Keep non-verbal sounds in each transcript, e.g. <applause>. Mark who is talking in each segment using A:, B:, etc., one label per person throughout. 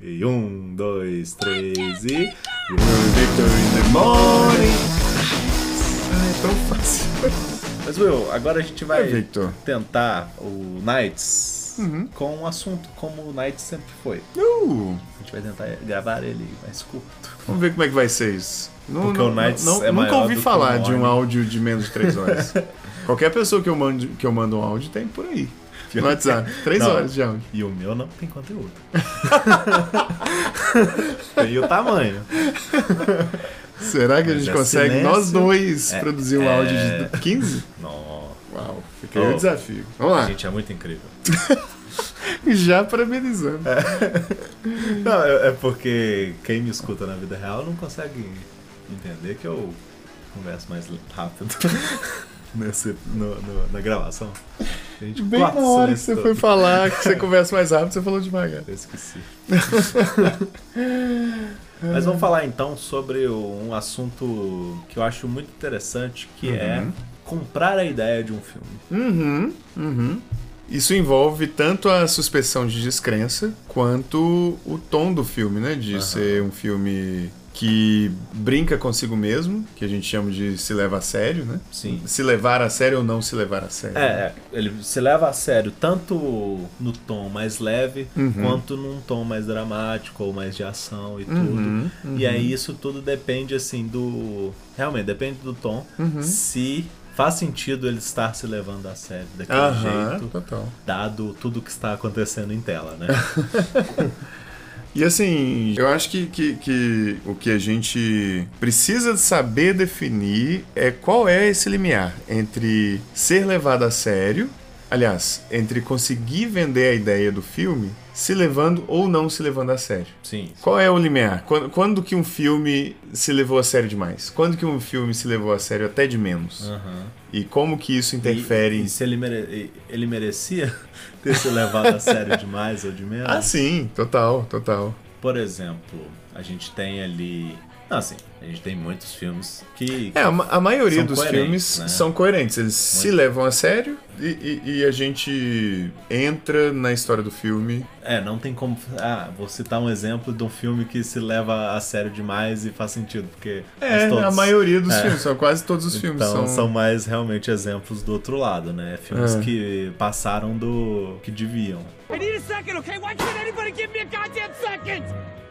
A: E um, dois, três e. You're Victor in the morning! Ah, é tão fácil. Mas, Will, agora a gente vai
B: É, Victor. Uhum.
A: tentar o Knights com um assunto como o Knights sempre foi.
B: Uh,
A: A gente vai tentar gravar ele mais curto.
B: vamos ver como é que vai ser isso. Não-
A: Porque
B: não-
A: o Knights
B: não-
A: é
B: Nunca
A: maior
B: ouvi
A: do que
B: falar
A: o
B: de um
A: Morning.
B: áudio de menos de 3
A: <laughs>
B: horas. Qualquer pessoa que eu, mando, que eu mando um áudio tem por aí. No WhatsApp. 3
A: é. Não.
B: horas de áudio.
A: E o meu não tem
B: <laughs>
A: conteúdo. <laughs> e o tamanho.
B: Será que a
A: Mas
B: gente
A: é
B: consegue,
A: silêncio.
B: nós dois,
A: É,
B: produzir um
A: é.
B: áudio de 15?
A: Não,
B: Uau, fica aí
A: Oh.
B: o desafio. Vamos
A: a
B: lá.
A: gente é muito incrível.
B: Já parabenizando.
A: É. Não, é, é porque quem me escuta na vida real não consegue entender que eu converso mais rápido <laughs> nesse, no- no- na gravação. A gente
B: Bem
A: corta
B: na
A: o
B: hora que
A: silêncio
B: você
A: todo.
B: foi falar, que você conversa mais rápido, você falou devagar.
A: Eu esqueci. <laughs> Mas vamos falar então sobre um assunto que eu acho muito interessante, que é comprar a ideia de um filme.
B: Uhum, uhum. Isso envolve tanto a suspensão de descrença quanto o tom do filme, né? De ser um filme que brinca consigo mesmo, que a gente chama de se leva a sério, né?
A: Sim.
B: Se levar a sério ou não se levar a sério.
A: É, ele se leva a sério tanto no tom mais leve, quanto num tom mais dramático ou mais de ação e
B: Uhum,
A: tudo. E aí isso tudo depende assim do. Realmente, depende do tom.
B: Uhum.
A: Se faz sentido ele estar se levando a sério daquele
B: Aham,
A: é. jeito,
B: total.
A: dado tudo que está acontecendo em tela,
B: <laughs>
A: né?
B: E assim, eu acho que, que, que o que a gente precisa saber definir é qual é esse limiar entre ser levado a sério, aliás, entre conseguir vender a ideia do filme, se levando ou não se levando a sério.
A: Sim.
B: Qual é o limiar? Quando, quando que um filme se levou a sério demais? Quando que um filme se levou a sério até de menos?
A: Aham.
B: E como que isso interfere
A: E, e se ele, mere- ele merecia <laughs> ter se levado a sério demais ou de menos?
B: Ah, sim, total, total.
A: Por exemplo, a gente tem ali. Não, assim, a gente tem muitos filmes que.
B: É, a, ma- a maioria
A: São
B: dos
A: coerentes,
B: filmes
A: né?
B: são coerentes. Eles se levam a sério e, e- e a gente entra na história do filme.
A: É, não tem como. Ah, vou citar um exemplo de um filme que se leva a sério demais e faz sentido, porque.
B: É,
A: os todos-
B: a maioria dos
A: é.
B: filmes, são quase todos os filmes
A: Então,
B: são.
A: são... mais realmente exemplos do outro lado, né? Filmes
B: É.
A: que passaram do que deviam.
C: I need a second, okay? Why can't anybody give me a goddamn second?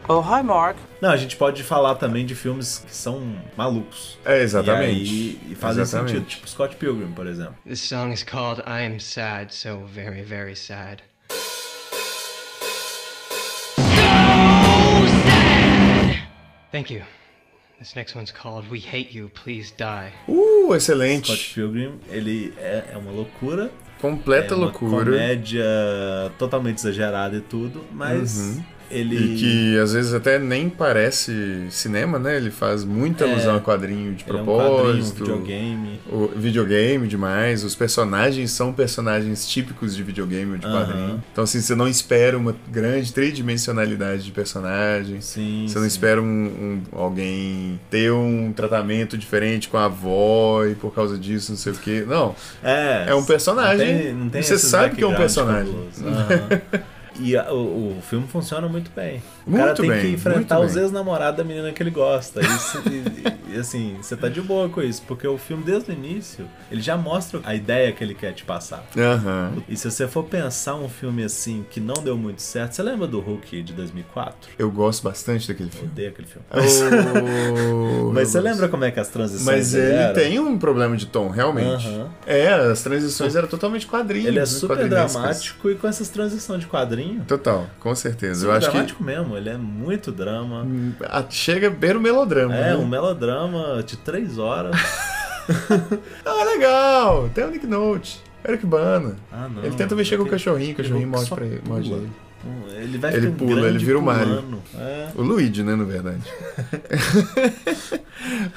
D: Oh, hi, Mark.
A: Não, a gente pode falar também de filmes que são malucos.
B: É, exatamente.
A: E, aí, e fazem
B: Exatamente.
A: sentido, tipo Scott Pilgrim, por exemplo.
E: This song is called I'm Sad, so very, very sad. Thank you. This next one's called We Hate You, Please Die.
B: Uh,
A: Scott
B: excelente.
A: Pilgrim, ele é- é uma loucura,
B: Completa
A: é uma
B: loucura.
A: comédia totalmente exagerada e tudo, mas ele.
B: Uhum. E que às vezes até nem parece cinema, né? Ele faz muita
A: É.
B: alusão a quadrinho de
A: ele é um quadrinho, um
B: propósito.
A: videogame.
B: O videogame demais, os personagens são personagens típicos de videogame ou de
A: Aham.
B: quadrinho. Então, assim, você não espera uma grande tridimensionalidade de personagens.
A: Sim.
B: Você
A: sim.
B: não espera um, um- alguém ter um tratamento diferente com a avó e por causa disso, não sei o quê. Não,
A: É,
B: É um personagem,
A: não tem- não tem
B: você
A: esses
B: sabe que é um
A: backgrounds
B: personagem.
A: cabulosos. Aham.
B: <laughs>
A: E a- o, o filme funciona muito bem. O cara
B: Muito
A: tem
B: bem,
A: que enfrentar
B: muito
A: os
B: bem.
A: ex-namorados da menina que ele gosta. Isso- e, e, assim, você tá de boa com isso, porque o filme, desde o início, ele já mostra a ideia que ele quer te passar.
B: Aham.
A: E se você for pensar um filme assim que não deu muito certo, você lembra do Hulk de 2004?
B: eu gosto bastante
A: <laughs>
B: daquele filme.
A: Odeio aquele
B: É
A: filme.
B: Oh,
A: Mas você
B: eu gosto.
A: lembra como é que as transições
B: Mas
A: dele
B: ele
A: eram?
B: tem um problema de tom, realmente.
A: Aham.
B: É, as transições eram totalmente quadrinhos.
A: Ele é
B: né,
A: super
B: quadrinescas.
A: dramático e com essas transições de quadrinho.
B: Total, com certeza. Eu
A: Super
B: acho que Uhum.
A: dramático mesmo, ele é muito drama.
B: A- Ah, Chega a beira o melodrama.
A: É,
B: né?
A: um melodrama de três horas.
B: <laughs> Ah, legal! Tem o Nick Note, Eric Bana.
A: Ah, não.
B: ele tenta mexer com o
A: aquele-
B: cachorrinho, o
A: aquele
B: cachorrinho
A: louco
B: morde
A: só
B: pra ele.
A: pula.
B: morde ele.
A: Hum, Ele vai
B: Ele
A: ficando
B: pula, ele
A: grande
B: vira o Mario.
A: pulando. É.
B: O Luigi, né,
A: <laughs>
B: na verdade.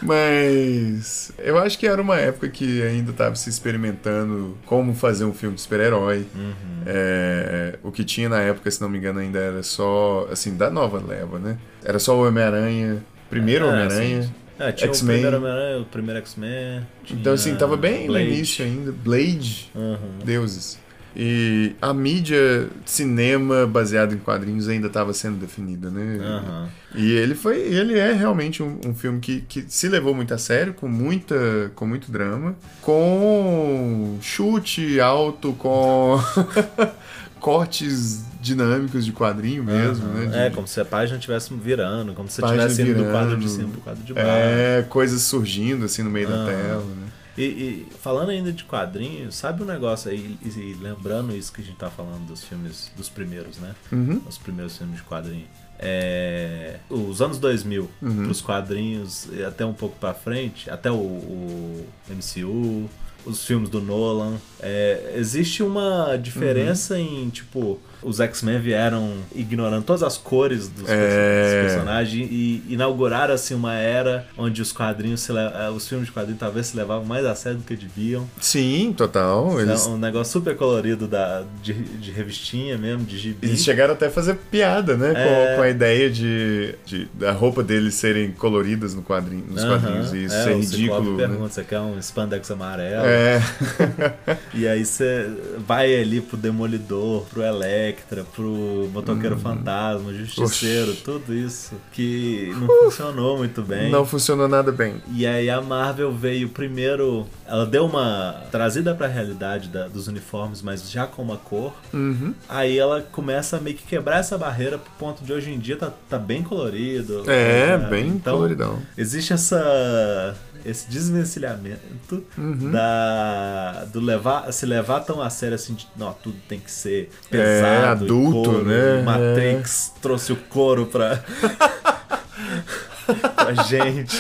B: Mas eu acho que era uma época que ainda estava se experimentando como fazer um filme de super-herói.
A: Uhum.
B: É, o que tinha na época, se não me engano, ainda era só, assim, da nova leva, né? Era só o Homem-Aranha, primeiro
A: É,
B: Homem-Aranha.
A: assim, É, tinha o
B: X-Men.
A: primeiro Homem-Aranha, o primeiro X-Men.
B: Então, assim,
A: tinha
B: tava bem
A: Blade. Uhum,
B: no início ainda. Blade,
A: Aham.
B: deuses. E a mídia cinema baseado em quadrinhos ainda estava sendo definida, né?
A: Aham.
B: E ele foi, ele é realmente um, um filme que, que se levou muito a sério, com muita, com muito drama, com chute alto, com <laughs> cortes dinâmicos de quadrinho mesmo, né? De-
A: É, como se a página estivesse virando, como se
B: Página
A: estivesse indo do
B: virando.
A: quadro de cima pro quadro de baixo.
B: é, coisas surgindo assim no meio da tela, né?
A: E, e falando ainda de quadrinhos, sabe um negócio aí, e, e lembrando isso que a gente tá falando dos filmes, dos primeiros, né? Os primeiros filmes de quadrinho. É, os anos 2000, pros quadrinhos, e até um pouco pra frente, até o, o MCU, os filmes do Nolan. é, existe uma diferença em, tipo, os X-Men vieram ignorando todas as cores dos, perso-
B: É.
A: dos personagens e inauguraram, assim, uma era onde os quadrinhos, se le- eh, os filmes de quadrinhos talvez se levavam mais a sério do que deviam.
B: Sim, total. Eles,
A: É um negócio super colorido da, de, de revistinha mesmo, de gibi.
B: eles chegaram até a fazer piada, né? Com,
A: É.
B: com a ideia de, de- da roupa deles serem coloridas no quadrinho, nos
A: Aham,
B: quadrinhos e isso
A: é,
B: é
A: o Ciclope
B: ridículo. né?
A: pergunta, você quer um spandex amarelo?
B: É.
A: E aí você vai ali pro Demolidor, pro Electra, pro Motoqueiro Fantasma, Justiceiro,
B: Uhum. Oxi. Uh,
A: tudo isso que não funcionou muito bem.
B: <laughs> Não funcionou nada bem.
A: E aí a Marvel veio primeiro, ela deu uma trazida pra realidade da- dos uniformes, mas já com uma cor.
B: Uhum.
A: Aí ela começa a meio que quebrar essa barreira pro ponto de hoje em dia tá, tá bem colorido.
B: É,
A: né?
B: bem coloridão.
A: Existe essa esse desvencilhamento
B: Uhum.
A: da do levar se levar tão a sério assim de, não tudo tem que ser pesado e
B: É, adulto,
A: couro,
B: né?
A: e Matrix trouxe o couro
B: <laughs>
A: pra <laughs> pra gente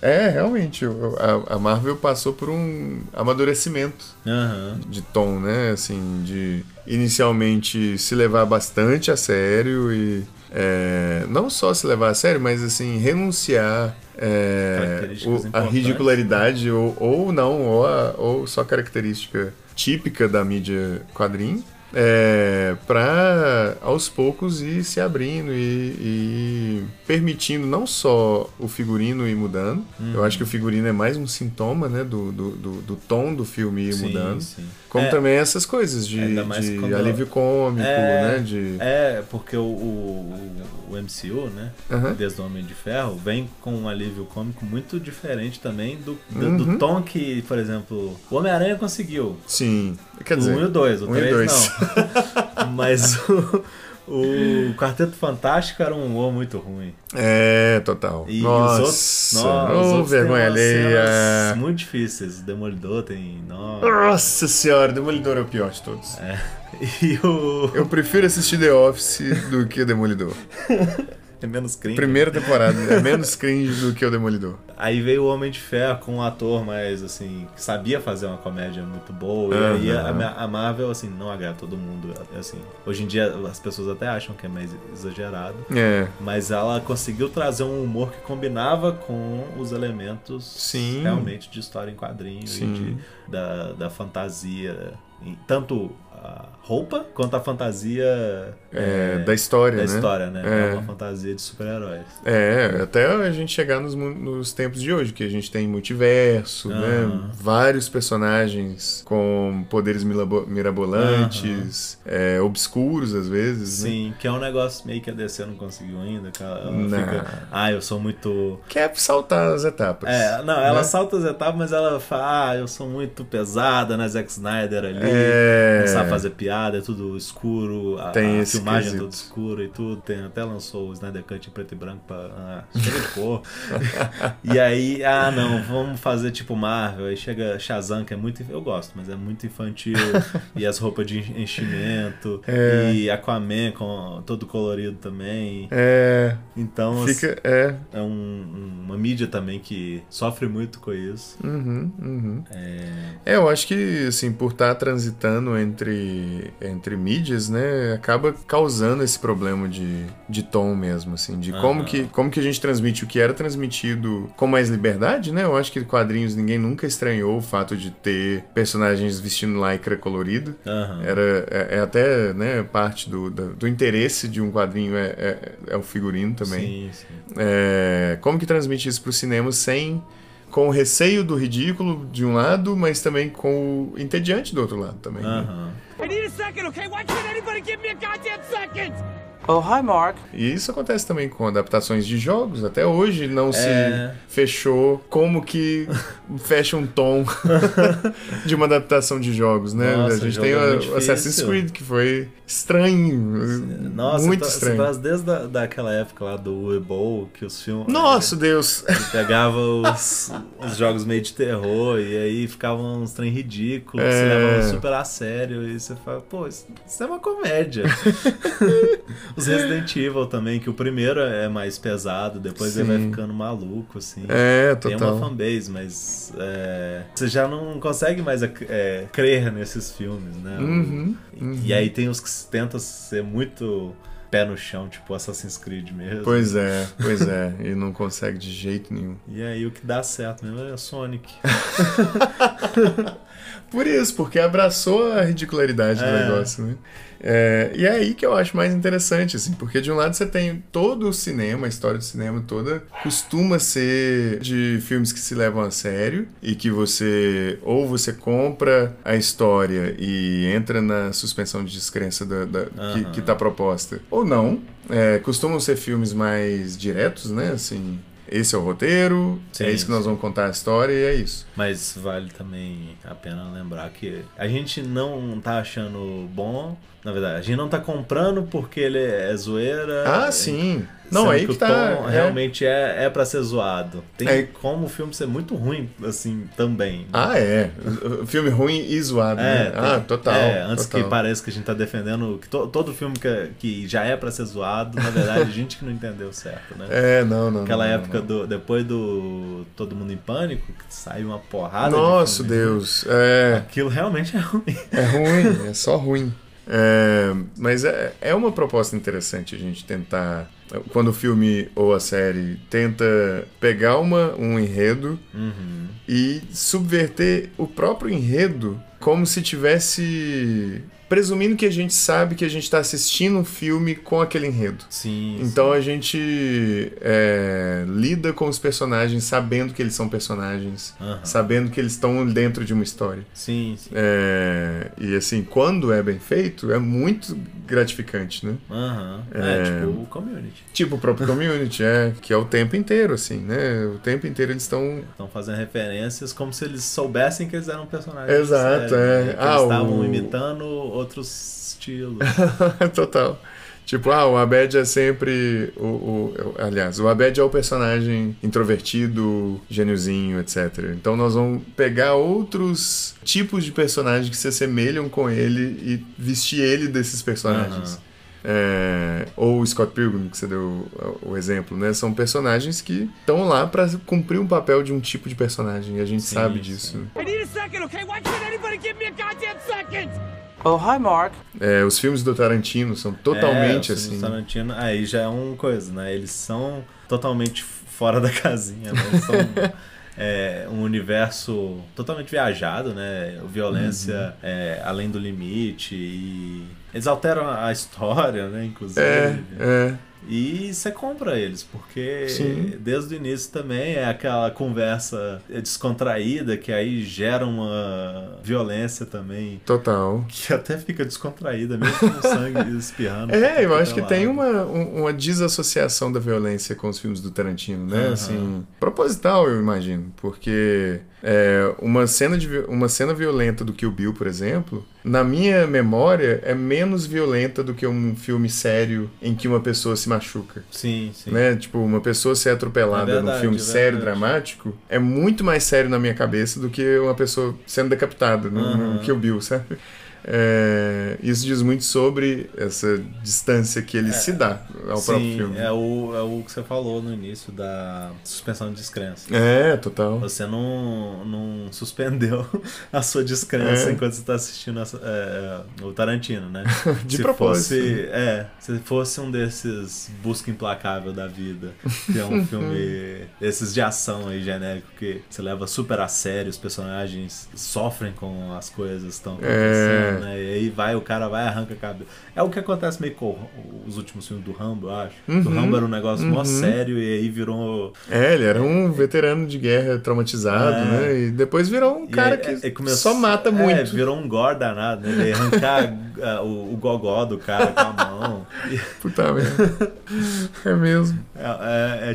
B: É, realmente, o- a, a Marvel passou por um amadurecimento
A: Aham.
B: de tom, né? Assim, de inicialmente se levar bastante a sério e é, não só se levar a sério, mas assim, renunciar é,
A: Características
B: o- a
A: importantes.
B: ridicularidade ou, ou não, ou, a- ou só característica típica da mídia quadrinho. É, para aos poucos ir se abrindo e, e permitindo não só o figurino ir mudando, eu acho
A: Uhum.
B: que o figurino é mais um sintoma né, do, do, do- do tom do filme ir
A: Sim,
B: mudando,
A: sim.
B: como
A: É.
B: também essas coisas de,
A: Ainda mais
B: de
A: quando-
B: alívio cômico,
A: É,
B: né? De...
A: É, porque o, o, o MCU, né?
B: Aham.
A: Desde o Homem de Ferro, vem com um alívio cômico muito diferente também do, do,
B: Uhum.
A: do tom que, por exemplo, o Homem-Aranha conseguiu.
B: Sim. Quer
A: O
B: dizer,
A: 1 e o 2, o
B: um e o
A: 3
B: dois. <laughs>
A: não. Mas o, o Quarteto Fantástico era um humor muito ruim.
B: É, total.
A: E
B: nossa,
A: os outros. Nossa, os
B: ô,
A: outros têm
B: vergonha
A: umas cenas
B: alheia.
A: muito difíceis. O Demolidor tem. Nossa. <laughs>
B: Nossa senhora, Demolidor é o pior de todos.
A: É. E o.
B: Eu prefiro assistir The Office do que o Demolidor.
A: É menos crime.
B: Primeira temporada é menos cringe do que o Demolidor.
A: Aí veio o Homem de Ferro com um ator mais, assim, que sabia fazer uma comédia muito boa. E aí a,
B: Aham.
A: a Marvel, assim, não agrada todo mundo. Assim, hoje em dia as pessoas até acham que é mais exagerado.
B: É.
A: Mas ela conseguiu trazer um humor que combinava com os elementos
B: Sim.
A: realmente de história em quadrinho
B: Sim.
A: e de- da, da fantasia. em- Tanto a roupa quanto a fantasia
B: É,
A: eh,
B: da história,
A: da
B: né?
A: história, né?
B: É.
A: é uma fantasia de super-heróis.
B: É, até a gente chegar nos, mu- nos tempos de hoje, que a gente tem multiverso, né?
A: Aham.
B: Vários personagens com poderes milabo- mirabolantes, é, obscuros às vezes, né?
A: Sim, que é um negócio meio que a DC não conseguiu ainda, que ela, ela
B: Não.
A: fica, ah, eu sou muito...
B: Quer é saltar as etapas.
A: É, não, ela
B: né?
A: salta as etapas, mas ela fala, ah, eu sou muito pesada, né, Zack Snyder ali,
B: É.
A: não sabe fazer piada, é tudo escuro, a,
B: Tem
A: a
B: esse
A: filmagem é
B: quesito.
A: tudo escuro e tudo, tem, até lançou o Snyder Cut em preto e branco pra...
B: <laughs>
A: Ah, chega de cor. e aí, ah, não, vamos fazer tipo Marvel, aí chega Shazam, que é muito... Eu gosto, mas é muito
B: <laughs>
A: infantil, e as roupas de enchimento, e Aquaman com, todo colorido também,
B: É,
A: então... assim,
B: fica, é,
A: é um- uma mídia também que sofre muito com isso.
B: uhum, uhum.
A: É,
B: É, eu acho que, assim, por estar transitando entre, entre mídias, né, acaba causando esse problema de, de tom mesmo, assim, de como,
A: Aham.
B: que, como que a gente transmite o que era transmitido com mais liberdade, né? Eu acho que quadrinhos ninguém nunca estranhou o fato de ter personagens vestindo lycra colorido.
A: aham.
B: Era, é, é até, né, parte do, da- do, interesse de um quadrinho é, é, é o figurino
A: Sim,
B: também.
A: sim.
B: É, como que transmite isso para o cinema sem com o receio do ridículo de um lado, mas também com o entediante do outro lado também. né?
A: Aham.
C: I need a second, okay? Why can't anybody give me a goddamn second?
D: Oh, hi, Mark.
B: E isso acontece também com adaptações de jogos. Até hoje não
A: É.
B: se fechou como
A: <laughs>
B: que fecha um tom <laughs> de uma adaptação de jogos, né?
A: Nossa,
B: a gente
A: jogo
B: tem
A: é
B: o
A: muito
B: Assassin's
A: difícil.
B: Creed, que foi estranho.
A: Nossa,
B: muito
A: tá-
B: estranho.
A: Você faz desde a, daquela época lá do Webo, que os filmes.
B: Nossa, Deus.
A: Ele Pegava os, os jogos meio de terror e aí ficavam uns trem ridículos,
B: É.
A: se levavam super a sério e você fala, pô, isso, isso é uma
B: <laughs>
A: comédia. os Resident Evil também, que o primeiro é mais pesado, depois ele vai
B: Sim.
A: ficando maluco, assim.
B: É,
A: Tem uma
B: total.
A: fanbase, mas é, você já não consegue mais ac- é, crer nesses filmes, né?
B: Uhum,
A: O- E aí tem os que tentam ser muito pé no chão, tipo Assassin's Creed mesmo.
B: Pois é, pois é. E não consegue de jeito nenhum.
A: E aí o que dá certo mesmo é
B: <laughs>
A: Sonic.
B: Por isso, porque abraçou a ridicularidade do
A: É.
B: negócio, né? É, e é aí que eu acho mais interessante, assim, porque de um lado você tem todo o cinema, a história do cinema toda, costuma ser de filmes que se levam a sério e que você, ou você compra a história e entra na suspensão de descrença da, da- que,
A: Aham.
B: que tá proposta, ou não. É, costumam ser filmes mais diretos, né? Assim, esse é o roteiro,
A: Sim,
B: é isso que nós
A: sim.
B: vamos contar a história e é isso.
A: Mas vale também a pena lembrar que a gente não tá achando bom. Na verdade, a gente não tá comprando porque ele é zoeira.
B: Ah,
A: é-
B: sim. Não,
A: sendo
B: aí
A: que
B: que
A: o
B: tá.
A: tom
B: é.
A: realmente é, é pra ser zoado. Tem
B: É.
A: como o filme ser muito ruim, assim, também.
B: Ah, é. O Filme ruim e zoado, né?
A: tem-
B: Ah, total.
A: é, antes
B: total.
A: que pareça que a gente tá defendendo que to- todo filme que, que já é pra ser zoado, na verdade, <laughs> gente que não entendeu certo, né?
B: É, não, não.
A: Aquela
B: não, não,
A: época
B: não.
A: do. Depois do Todo Mundo em Pânico, que saiu uma porrada. de
B: Nossa,
A: filme. né?
B: Deus. É,
A: Aquilo realmente é ruim.
B: é ruim, é só ruim. É, mas é, é uma proposta interessante a gente tentar. Quando o filme ou a série tenta pegar uma, um enredo Uhum. e subverter o próprio enredo como se tivesse. Presumindo que a gente sabe que a gente está assistindo um filme com aquele enredo.
A: Sim.
B: Então a gente é, lida com os personagens sabendo que eles são personagens,
A: Aham.
B: sabendo que eles estão dentro de uma história.
A: Sim, sim.
B: É, e assim, quando é bem feito, é muito gratificante, né?
A: Aham.
B: É.
A: É, tipo o community.
B: Tipo o próprio community, é, que é o tempo inteiro, assim, né? O tempo inteiro eles estão.
A: Estão fazendo referências como se eles soubessem que eles eram personagens.
B: Exato,
A: sérios,
B: é.
A: né? Que
B: Ah,
A: eles estavam
B: o-
A: imitando outros estilos.
B: <laughs> Total. Tipo, ah, o Abed é sempre. O, o- aliás, o Abed é o personagem introvertido, gêniozinho, etc. Então nós vamos pegar outros tipos de personagens que se assemelham com ele e vestir ele desses personagens.
A: Aham.
B: É, ou o Scott Pilgrim, que você deu o- o exemplo, né? São personagens que estão lá pra cumprir um papel de um tipo de personagem, e a gente
A: Sim,
B: sabe
A: sim.
B: disso.
C: I need a second, okay? Why can't anybody give me a goddamn second?
D: Oh, hi, Mark.
B: É, os filmes do Tarantino são totalmente
A: É, o
B: assim.
A: Silvio Tarantino, aí já é uma coisa, né? Eles são totalmente fora da <laughs> casinha, né? Eles são é, um universo totalmente viajado, né?
B: Uhum.
A: Violência é, além do limite e eles alteram a história, né? Inclusive.
B: É, é.
A: E você compra eles, porque
B: Sim.
A: desde o início também é aquela conversa descontraída que aí gera uma violência também.
B: Total.
A: Que <laughs> até fica descontraída, mesmo com o
B: <laughs>
A: sangue espirrando.
B: É, eu acho que
A: Pelo
B: tem
A: lado.
B: uma, um- uma desassociação da violência com os filmes do Tarantino, né?
A: Aham.
B: Assim, proposital, eu imagino, porque é, uma, cena de, vi- uma cena violenta do Kill Bill, por exemplo, na minha memória, é menos violenta do que um filme sério em que uma pessoa se machuca.
A: Sim, sim.
B: Né? Tipo, uma pessoa ser atropelada
A: É verdade,
B: num filme
A: é
B: sério,
A: verdade.
B: dramático, é muito mais sério na minha cabeça do que uma pessoa sendo decapitada no, no
A: Aham.
B: Kill Bill, sabe? É, isso diz muito sobre essa distância que ele se dá ao próprio
A: É. Sim,
B: filme.
A: É o, é o que você falou no início da suspensão de descrença.
B: É, total.
A: Você não, não suspendeu <laughs> a sua descrença
B: É.
A: enquanto você está assistindo essa- é, é, o Tarantino, né?
B: <laughs> De
A: se
B: propósito.
A: Fosse, é, se fosse um desses Busca Implacável da vida, que é
B: <laughs>
A: um filme desses de ação aí genérico que você leva super a sério, os personagens sofrem com as coisas que estão acontecendo.
B: É, É.
A: né? E aí vai, o cara vai, arranca a cabeça. É o que acontece meio com os últimos filmes do Rambo, eu acho. Do
B: Uhum.
A: Rambo era um negócio mó sério e aí virou.
B: É, ele era um veterano de guerra traumatizado,
A: É.
B: né? E depois virou um
A: e
B: cara
A: aí-
B: que
A: aí começou-
B: só mata
A: é,
B: muito.
A: virou um gore danado, né? Ele ia
B: <laughs>
A: arrancar ah, o, o gogó do cara com a mão. E-
B: Puta merda.
A: <laughs>
B: É mesmo.
A: É, é- é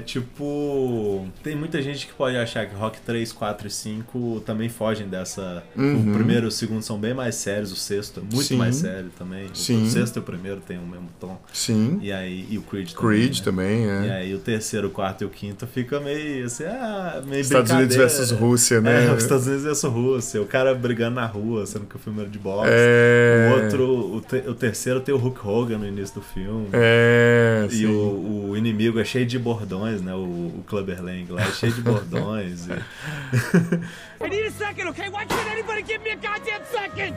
A: tipo. Tem muita gente que pode achar que Rock 3, 4 e 5 também fogem dessa. O primeiro e o segundo são bem mais sérios, o sexto é muito
B: Uhum. Sim.
A: mais sério também. O-
B: Sim.
A: O sexto e o primeiro tem o mesmo tom.
B: Sim.
A: E aí, e o Creed também.
B: Creed
A: né?
B: também,
A: E
B: é.
A: aí o terceiro, o quarto e o quinto fica meio assim, ah, meio
B: Estados Unidos
A: brincadeira.
B: versus Rússia, né?
A: É, os <laughs> Estados Unidos versus Rússia, o cara brigando na rua, sendo que o filme era de boxe.
B: É.
A: O outro, o, te- o terceiro tem o Hulk Hogan no início do filme.
B: É.
A: E o, o inimigo é cheio de bordões, né? O, o Clubber Lang lá é
B: <laughs>
A: cheio de bordões. e-
C: I need a second, okay? Why can't anybody give me a goddamn second?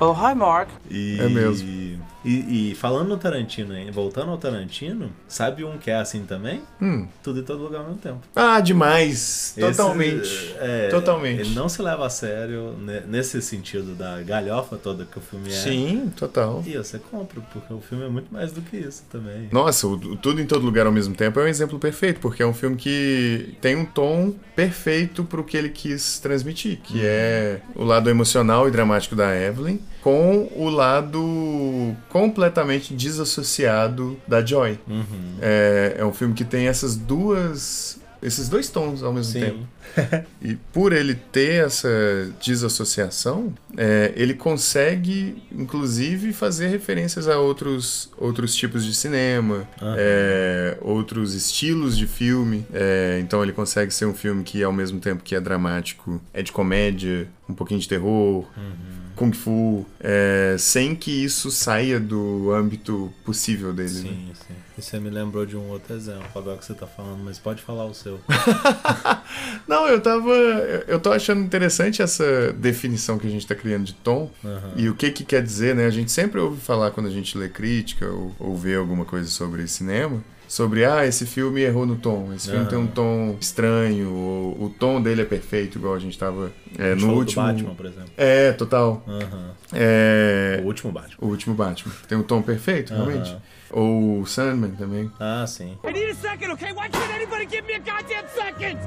D: Oh, hi, Mark.
A: e-
B: É mesmo.
A: E, e falando no Tarantino, hein? voltando ao Tarantino, sabe um que é assim também?
B: Hum.
A: Tudo e todo lugar ao mesmo tempo.
B: Ah, demais.
A: Esse,
B: Totalmente.
A: é,
B: Totalmente.
A: Ele não se leva a sério ne- nesse sentido da galhofa toda que o filme é.
B: Sim, total.
A: E você compra, porque o filme é muito mais do que isso também.
B: Nossa, o, o Tudo em Todo Lugar ao mesmo tempo é um exemplo perfeito, porque é um filme que tem um tom perfeito pro que ele quis transmitir, que
A: Uhum.
B: é o lado emocional e dramático da Evelyn, com o lado completamente desassociado da Joy.
A: Uhum.
B: É, é um filme que tem essas duas. Esses dois tons ao mesmo tempo. E por ele ter essa desassociação, é, ele consegue, inclusive, fazer referências a outros, outros tipos de cinema, é, outros estilos de filme. É, então ele consegue ser um filme que, ao mesmo tempo que é dramático, é de comédia, um pouquinho de terror, kung fu, é, sem que isso saia do âmbito possível dele. né?
A: Sim, sim. E você me lembrou de um outro exemplo, agora que você tá falando, mas pode falar o seu.
B: Não, eu tava. eu- Eu tô achando interessante essa definição que a gente tá criando de tom. E o que que quer dizer, né? A gente sempre ouve falar quando a gente lê crítica ou, ou vê alguma coisa sobre cinema. Sobre, ah, esse filme errou no tom, esse filme
A: Aham.
B: tem um tom estranho, ou o tom dele é perfeito, igual a gente tava é,
A: A gente
B: no
A: falou
B: último.
A: do Batman, por exemplo.
B: É, total.
A: Aham.
B: É,
A: O último Batman.
B: o último Batman. Tem um tom perfeito, realmente. Ou o Sandman também.
A: Ah, sim.
C: I need a second, okay? Why can't anybody give me a goddamn second?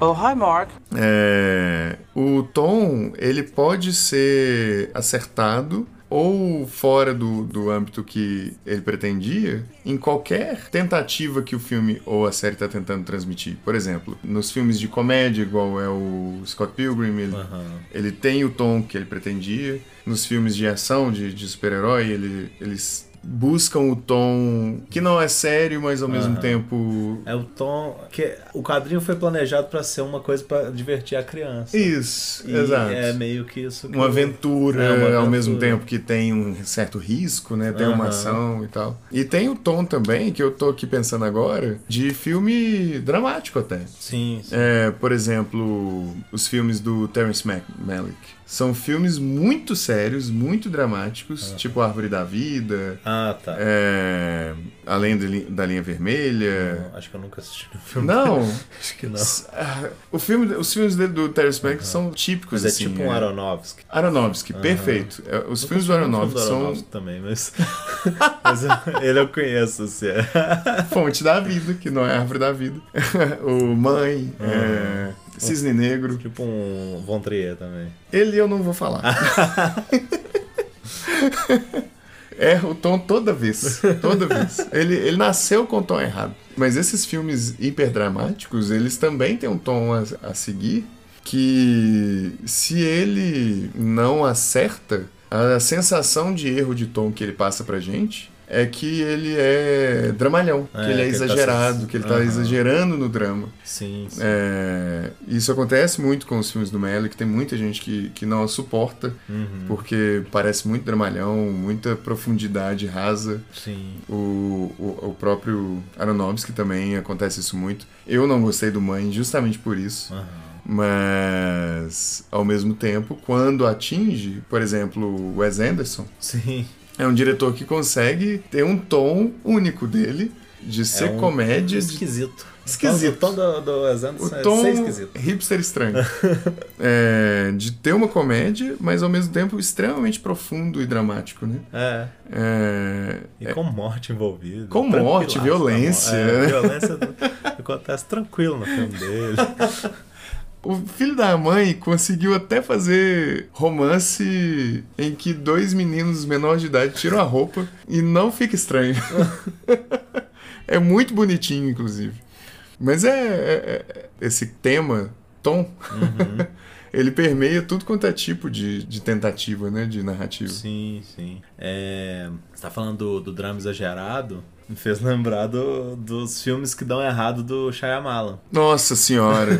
D: Oh, hi, Mark.
B: É, o tom ele pode ser acertado ou fora do, do âmbito que ele pretendia em qualquer tentativa que o filme ou a série está tentando transmitir. Por exemplo, nos filmes de comédia, igual é o Scott Pilgrim, ele, ele tem o tom que ele pretendia. Nos filmes de ação, de, de super-herói, ele, eles buscam o tom que não é sério, mas ao mesmo tempo...
A: É o tom. que O quadrinho foi planejado pra ser uma coisa pra divertir a criança.
B: Isso,
A: E
B: exato.
A: É meio que isso. que
B: uma
A: eu-
B: aventura,
A: É, uma
B: ao mesmo
A: aventura.
B: tempo que tem um certo risco, né? Tem uma
A: Aham.
B: ação e tal. E tem o tom também, que eu tô aqui pensando agora, de filme dramático até.
A: Sim, sim.
B: É, por exemplo, os filmes do Terence Mac- Malick. São filmes muito sérios, muito dramáticos, tipo Árvore da Vida,
A: Ah, tá.
B: é, Além de Li- da Linha Vermelha.
A: Não, Acho que eu nunca assisti o filme.
B: Não,
A: Acho que <laughs> não.
B: s- ah, o filme, os filmes dele do Terence Malick são típicos
A: Mas é
B: assim,
A: tipo um Aronofsky.
B: Aronofsky, perfeito. É, Os filmes do Aronofsky
A: Não
B: são
A: também, mas. <laughs> mas eu- ele eu conheço, assim. é.
B: <laughs> Fonte da Vida, que não é Árvore da Vida. <laughs> o Mãe, é, Cisne Negro.
A: Tipo um Von Trier também.
B: Ele eu não
A: <laughs>
B: vou falar. Erra o tom toda vez. Toda vez. Ele, ele nasceu com o tom errado. Mas esses filmes hiperdramáticos, eles também têm um tom a- a seguir que se ele não acerta, a sensação de erro de tom que ele passa pra gente é que ele é dramalhão,
A: É,
B: que ele é
A: que ele tá se-
B: exagerado, que ele tá
A: Aham.
B: exagerando no drama.
A: Sim, sim.
B: É, isso acontece muito com os filmes do Melly, que tem muita gente que, que não suporta, porque parece muito dramalhão, muita profundidade rasa.
A: Sim.
B: O, o, o próprio Aronofsky também acontece isso muito. Eu não gostei do Mãe justamente por isso. Mas, ao mesmo tempo, quando atinge, por exemplo, o Wes Anderson,
A: Sim.
B: é um diretor que consegue ter um tom único dele de ser
A: é um-
B: comédia, de
A: Esquisito.
B: Esquisito.
A: O tom do, do exemplo
B: O
A: é
B: tom
A: ser esquisito.
B: hipster estranho.
A: <laughs>
B: É, de ter uma comédia, mas ao mesmo tempo extremamente profundo e dramático, né?
A: É.
B: É,
A: E com morte envolvida.
B: Com morte,
A: Tranquilaço,
B: violência. né?
A: amor. É, violência
B: <laughs>
A: acontece tranquilo no filme dele.
B: o filho da mãe conseguiu até fazer romance em que dois meninos menores de idade tiram a roupa e não
A: <laughs>
B: fica estranho. é muito bonitinho, inclusive. Mas é, é- é- esse tema, tom,
A: Uhum.
B: <laughs> ele permeia tudo quanto é tipo de, de tentativa, né? De narrativa.
A: Sim, sim. É, você tá falando do, do drama exagerado? Me fez lembrar do- dos filmes que dão errado do Shyamalan.
B: Nossa
A: <laughs>
B: senhora.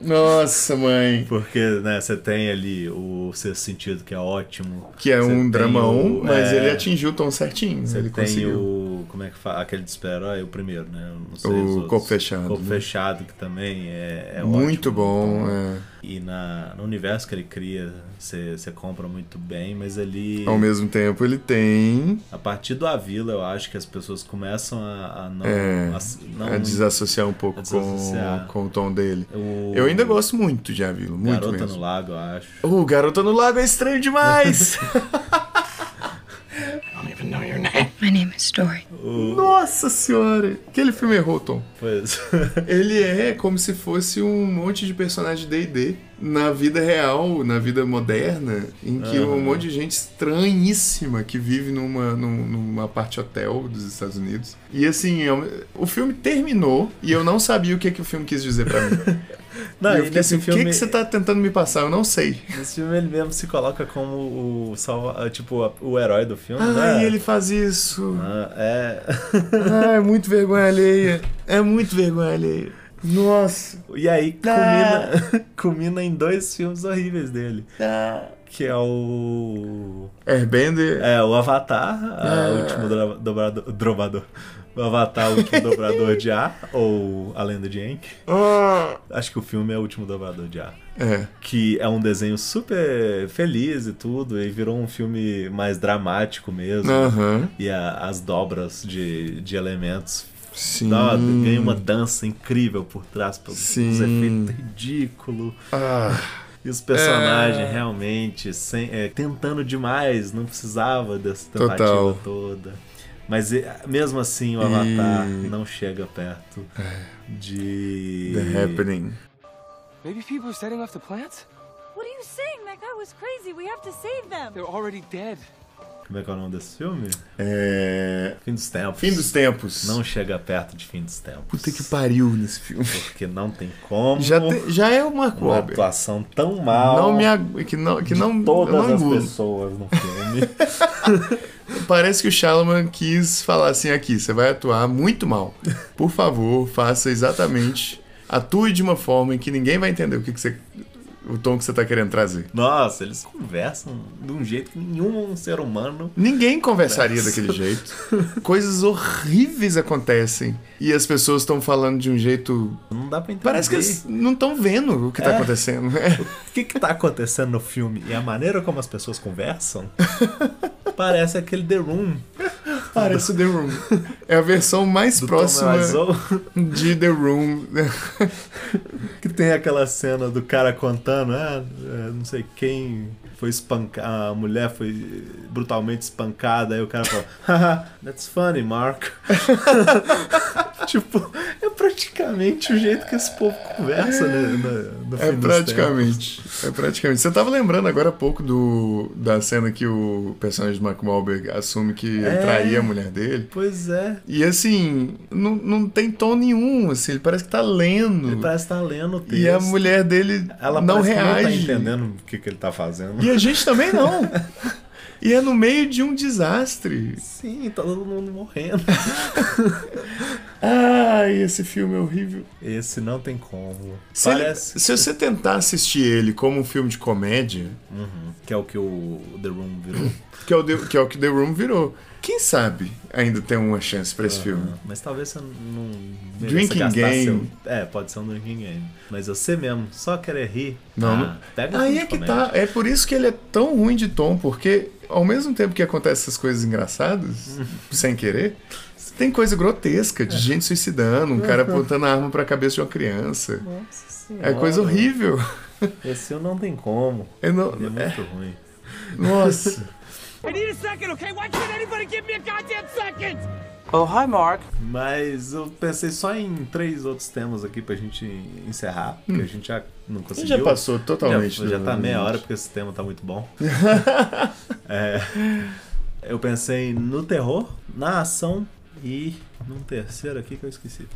B: Nossa, mãe.
A: Porque, né, você tem ali o Sexto Sentido, que é ótimo.
B: Que é
A: Você
B: um
A: tem
B: dramão,
A: o-
B: mas
A: é,
B: ele atingiu o tom certinho.
A: Você
B: ele
A: tem
B: conseguiu.
A: o. Como é que fala? Aquele de super-herói, o primeiro, né? Eu Não sei,
B: O
A: os outros.
B: Corpo Fechado,
A: Corpo
B: né?
A: Fechado, que também é, é
B: Muito
A: ótimo.
B: bom. é.
A: E na, no universo que ele cria, você você compra muito bem, mas ali.
B: Ao mesmo tempo, ele tem
A: A partir do Avila, eu acho que as pessoas começam a, a não.
B: É,
A: a- não
B: a desassociar um pouco
A: a desassociar.
B: Com, com o tom dele.
A: o
B: Eu ainda gosto muito de Avilo, muito
A: Garota
B: mesmo.
A: no Lago, eu acho.
B: O Garota no Lago é estranho
A: <laughs>
B: demais!
F: My name is Dory.
B: Nossa senhora! Aquele filme errou, Tom.
A: Pois. <laughs>
B: Ele é como se fosse um monte de personagem D&D na vida real, na vida moderna, em que um monte de gente estranhíssima que vive numa, num- numa parte hotel dos Estados Unidos. E assim, eu- o filme terminou e eu não sabia o que, que o filme quis
A: <laughs>
B: dizer pra mim.
A: Não,
B: E eu
A: e
B: fiquei
A: nesse
B: assim, o
A: filme.
B: que, que você tá tentando me passar? Eu não sei.
A: Nesse filme ele mesmo se coloca como o. salva- tipo, a- o herói do filme,
B: Ah,
A: né?
B: e ele faz isso.
A: Ah, é.
B: Ah, é muito vergonha alheia. É muito vergonha alheia. Nossa.
A: E aí
B: Ah.
A: culmina, <laughs> culmina em dois filmes horríveis dele. Que é o.
B: Airbender.
A: É, o Avatar, a-
B: Ah.
A: o último dra- dobrado, dobrador. O Avatar, o último dobrador de
B: <laughs>
A: ar, ou A Lenda de Aang.
B: Ah.
A: Acho que o filme é o último dobrador de ar.
B: É.
A: Que é um desenho super feliz e tudo, e virou um filme mais dramático mesmo.
B: Aham.
A: E a- as dobras de, de elementos.
B: Sim.
A: Dá- ganha uma dança incrível por trás, pelos
B: Sim.
A: os efeitos ridículos.
B: Ah,
A: E os personagens
B: É.
A: realmente sem- é, tentando demais, não precisava dessa tentativa
B: Total.
A: toda. Mas e- mesmo assim o
B: E- É.
A: Avatar não chega perto de.
B: the é happening.
C: Maybe people are setting off the plants?
G: What are you saying? That guy was crazy. We have to save them.
C: They're already dead.
A: Como é que é o nome desse filme?
B: É.
A: Fim dos Tempos.
B: Fim dos tempos.
A: Não chega perto de Fim dos Tempos.
B: Puta que pariu nesse filme.
A: Porque não tem como.
B: Já, te- já é o Marco
A: Uma
B: Wahlberg.
A: atuação tão mal.
B: Não me ag... que não que
A: de
B: não,
A: todas
B: eu não
A: as
B: engulo.
A: pessoas no filme.
B: <laughs> Parece que o Shalaman quis falar assim aqui, você vai atuar muito mal. Por favor, faça exatamente, atue de uma forma em que ninguém vai entender o que, que você o tom que você tá querendo trazer.
A: Nossa, eles conversam de um jeito que nenhum ser humano
B: Ninguém conversaria
A: Nossa.
B: daquele jeito. Coisas horríveis acontecem e as pessoas estão falando de um jeito
A: não dá pra entender.
B: Parece que eles não estão vendo o
A: É.
B: que tá acontecendo.
A: <laughs> O que, que tá acontecendo no filme e a maneira como as pessoas conversam parece aquele The Room
B: Parece The Room. É a versão mais
A: do
B: próxima
A: Tom Wiseau,
B: de The Room. né?
A: que tem aquela cena do cara contando, ah, é, não sei quem foi espancada, a mulher foi brutalmente espancada, aí o cara fala, haha, that's funny, Mark. <laughs> tipo, é praticamente o jeito que esse povo conversa né, no, no
B: É
A: fim dos
B: praticamente. É praticamente. Você tava lembrando agora há pouco do, da cena que o personagem de Mark Wahlberg assume que
A: É.
B: ele traía a mulher dele.
A: tempos. Pois é,
B: E assim, não, não tem tom nenhum, assim, ele parece que tá lendo.
A: ele parece estar lendo o texto.
B: E a mulher dele
A: Ela
B: não
A: parece que
B: reage.
A: não tá entendendo o que, que ele tá fazendo.
B: E a gente também não. e é no meio de um desastre.
A: <laughs> Sim, tá todo mundo morrendo. Ah,
B: Ai, esse filme é horrível.
A: Esse não tem como.
B: Se, ele-
A: Parece
B: se você tentar assistir ele como um filme de comédia,
A: que é o que o The Room virou.
B: que é o, The- que, é o que The Room virou, quem sabe ainda tem uma chance pra
A: Ah.
B: esse filme.
A: Mas talvez você não mereça
B: Drinking
A: gastar
B: game.
A: seu- É, pode ser um drinking game. Mas você mesmo, só querer rir.
B: Não.
A: ah, pega um
B: Aí
A: filme
B: é
A: de
B: que
A: comédia.
B: tá. É por isso que ele é tão ruim de tom, porque ao mesmo tempo que acontecem essas
A: <laughs>
B: coisas engraçadas, sem querer, tem coisa grotesca
A: É.
B: de gente suicidando, um cara apontando a arma pra cabeça de uma criança.
A: Nossa senhora.
B: É coisa horrível.
A: Esse eu não tem como.
B: Eu não-
A: Ele é
B: é,
A: muito ruim.
B: nossa.
C: I need a second, okay? Why can't anybody give me a goddamn second?
D: Oh, hi, Mark.
A: Mas eu pensei só em três outros temas aqui pra gente encerrar, porque
B: Hum.
A: a gente já não
B: Você
A: conseguiu.
B: já passou totalmente.
A: Já, já
B: do-
A: tá meia hora porque esse tema tá muito bom. <laughs> É, eu pensei no terror, na ação e num terceiro aqui que eu esqueci.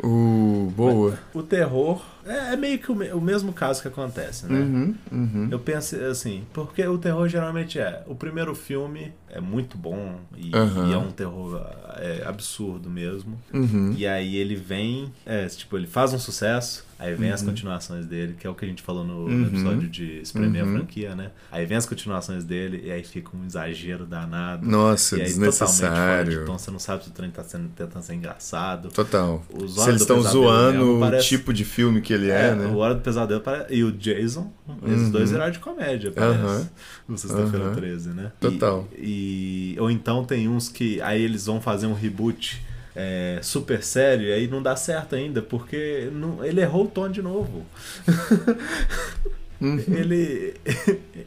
B: Uh, boa.
A: O terror é, é meio que o, me- o mesmo caso que acontece, né?
B: Uhum.
A: Eu penso assim, porque o terror geralmente é. O primeiro filme é muito bom e,
B: Aham.
A: e é um terror é, absurdo mesmo.
B: uhum. Hum?
A: E aí ele vem, é, tipo, ele faz um sucesso, aí vem
B: Uhum.
A: as continuações dele, que é o que a gente falou no no episódio de espremer a
B: Uhum.
A: franquia, né? Aí vem as continuações dele e aí fica um exagero danado.
B: Nossa,
A: e aí totalmente fora de
B: desnecessário.
A: tom, você não sabe se o trem tá sendo, tentando ser engraçado.
B: Total.
A: Os
B: Se eles
A: Olhos do
B: estão
A: Pesadelo
B: zoando
A: mesmo,
B: o
A: parece-
B: tipo de filme que ele é,
A: É,
B: né? Uhum.
A: O Hora do Pesadelo pare- e o Jason, esses dois viraram de comédia, parece.
B: Aham.
A: No Sexta-feira
B: Aham.
A: 13, né? E-
B: Total.
A: E, ou então tem uns que aí eles vão fazer um reboot é, super sério e aí não dá certo ainda, porque não- ele errou o tom de novo.
B: Uhum.
A: <laughs> Ele,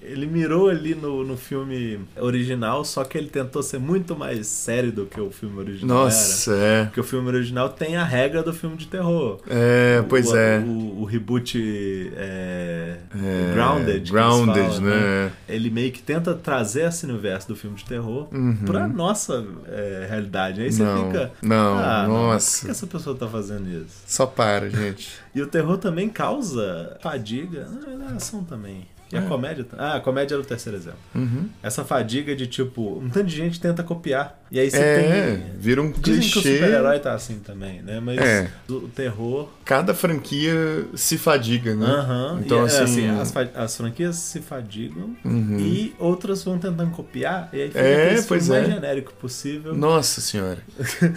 A: ele mirou ali no, no filme original, só que ele tentou ser muito mais sério do que o filme original era.
B: Nossa, é.
A: Porque o filme original tem a regra do filme de terror.
B: É, pois
A: O-
B: é.
A: O, o reboot é,
B: É,
A: Grounded. que
B: Grounded,
A: eles falam,
B: né?
A: Ele meio que tenta trazer esse universo do filme de terror pra nossa é, realidade. Aí você
B: Uhum. Não,
A: fica.
B: não,
A: ah,
B: nossa.
A: Por que essa pessoa tá fazendo isso?
B: Só para, gente.
A: E o terror também causa fadiga. Ah, A ação também. E
B: É.
A: a comédia. ta- Ah, a comédia era o terceiro exemplo.
B: Uhum.
A: Essa fadiga de tipo, um tanto de gente tenta copiar. E aí <laughs> você
B: é,
A: tem.
B: vira um
A: Dizem que o
B: clichê.
A: super-herói tá assim também, né? Mas
B: É.
A: o terror
B: Cada franquia se fadiga, né?
A: Aham.
B: Então,
A: E, é,
B: assim, Uhum.
A: as, fa- as franquias se fadigam e outras vão tentando copiar e aí fica
B: É,
A: aquele filme
B: pois
A: mais
B: é.
A: genérico possível.
B: Nossa senhora.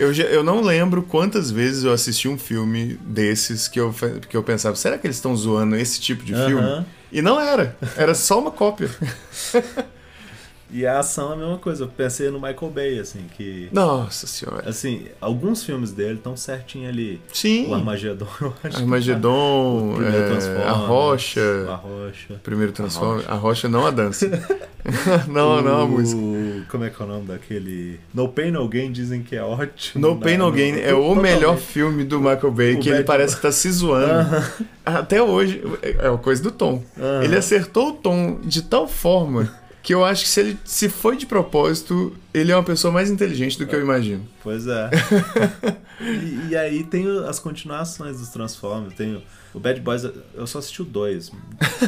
B: Eu, já- eu não lembro quantas vezes eu assisti um filme desses que eu, fa- que eu pensava, será que eles estão zoando esse tipo de
A: Aham.
B: filme? E não era. Era só uma cópia.
A: E a ação é a mesma coisa. Eu pensei no Michael Bay, assim, que.
B: Nossa senhora.
A: Assim, alguns filmes dele estão certinho ali.
B: Sim.
A: O Armagedon, <laughs> eu acho.
B: Armagedon,
A: que tá.
B: é,
A: Transformers,
B: a Rocha.
A: A Ah. Rocha.
B: Primeiro Transformer. A Rocha não a dança. <laughs> não, não a
A: O-
B: música.
A: Como é que é o nome daquele. No Pain No Gain dizem que é ótimo.
B: No
A: né?
B: Pain No Gain é o
A: Totalmente.
B: melhor filme do Michael Bay,
A: O
B: que ele
A: Batman.
B: parece que tá se zoando. Até hoje, é uma coisa do tom. Ele acertou o tom de tal forma que eu acho que se ele se foi de propósito, ele é uma pessoa mais inteligente do que eu imagino.
A: Pois
B: <laughs>
A: é. e, e aí tem o- as continuações dos Transformers. Tem o, o Bad Boys, eu só assisti o 2.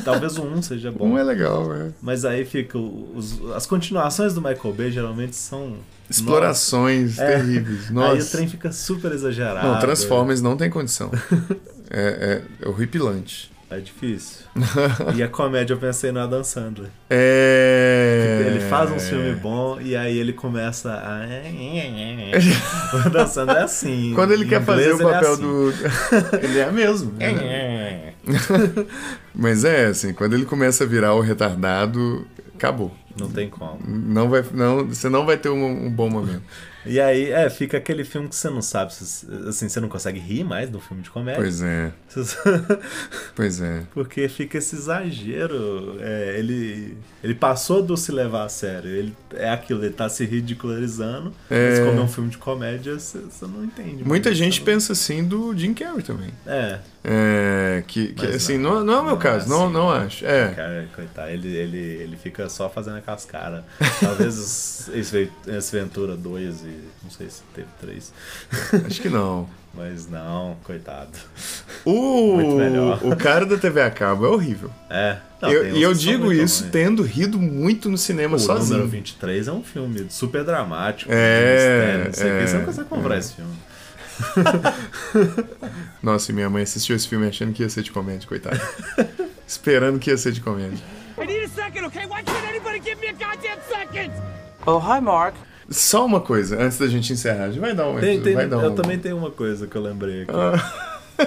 A: Talvez o 1 um seja bom.
B: Um é legal, é.
A: Mas aí fica. o- os- as continuações do Michael Bay geralmente são.
B: Explorações
A: É.
B: terríveis.
A: Nossa.
B: Nossa.
A: Aí o trem fica super exagerado.
B: Não, Transformers não
A: <laughs>
B: tem condição. É, é, é horripilante.
A: É difícil. e a comédia eu pensei no Adam Sandler.
B: É.
A: Ele faz um filme bom e aí ele começa a. <laughs> o Adam Sandler é assim.
B: Quando ele
A: Em
B: quer fazer
A: inglês,
B: o
A: ele é
B: papel
A: assim. <laughs>
B: do. ele é mesmo. Mas é assim, quando ele começa a virar o retardado, acabou.
A: Não tem como.
B: Não vai, não, você não vai ter um, um bom momento.
A: E aí, é, fica aquele filme que você não sabe, se- assim, você não consegue rir mais do filme de comédia.
B: Pois é, pois é.
A: <laughs> Porque fica esse exagero. é, ele, ele passou do se levar a sério. Ele, é aquilo, ele tá se ridicularizando. Mas como é um filme de comédia, você, você não entende.
B: Muita
A: muito,
B: gente
A: você
B: pensa assim do Jim Carrey também.
A: não- É,
B: É, que, que,
A: Mas
B: assim,
A: não.
B: não, não é o meu
A: Não é
B: caso, não,
A: assim.
B: não acho. É,
A: cara, coitado, ele, ele, ele fica só fazendo aquelas caras. Talvez os- esse Ve- esse Ventura 2 e não sei se teve 3.
B: acho que não.
A: <laughs> Mas não, coitado. Muito melhor.
B: O, o cara da TV a cabo é horrível.
A: É. não,
B: Eu-
A: tem então, uns
B: e eu
A: que são
B: digo
A: muito
B: isso
A: ruins.
B: tendo rido muito no cinema
A: O número
B: sozinho.
A: 23 é um filme super dramático.
B: É,
A: de mistério, não sei o
B: é,
A: que. Você não consegue comprar esse filme.
B: Nossa, e minha mãe assistiu esse filme achando que ia ser de
A: <laughs>
B: comédia, coitada. Esperando que ia ser de comédia.
C: I need a second, okay? Why can't anybody give me a goddamn second?
D: Oh, hi, Mark.
B: Só uma coisa, antes da gente encerrar, a gente vai dar um.
A: Tem- tem-
B: vai dar
A: eu
B: um-
A: também tenho uma coisa que eu lembrei aqui.
B: Ah. Hum,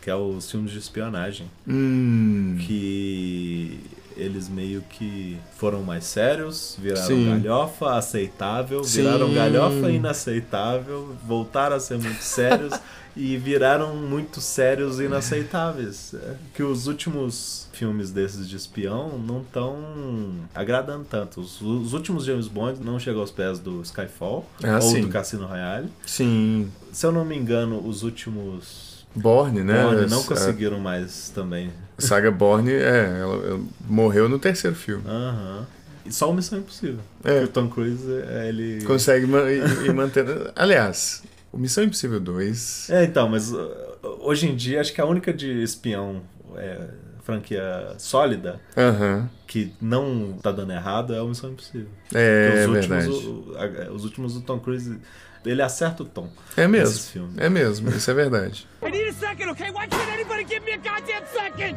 A: que é os filmes de espionagem. Que eles meio que foram mais sérios, viraram
B: Sim.
A: galhofa aceitável,
B: Sim.
A: viraram galhofa inaceitável, voltaram a ser muito sérios
B: <laughs>
A: e viraram muito sérios e inaceitáveis. É, Que os últimos filmes desses de espião não estão agradando tanto. Os, os últimos James Bond não chegam aos pés do Skyfall
B: Ah,
A: ou
B: sim.
A: do Cassino Royale.
B: Sim.
A: Se eu não me engano, os últimos
B: Borne, né?
A: Bond não
B: Essa-
A: conseguiram mais também.
B: a saga Borne, é, ela, ela morreu no terceiro filme.
A: Aham. E só o Missão Impossível.
B: É.
A: Porque o Tom Cruise, é, ele.
B: Consegue ma- e, e manter. Aliás, o Missão Impossível 2.
A: É, então, mas uh, hoje em dia acho que a única de espião é, franquia sólida
B: Aham.
A: que não tá dando errado é o Missão Impossível. Porque
B: É,
A: os,
B: verdade.
A: últimos, o- a- os últimos do Tom Cruise, ele acerta o tom.
B: É
A: Esses
B: mesmo.
A: filmes.
B: É mesmo, isso é verdade.
C: I need a second, okay? Why can't anybody give me a goddamn second?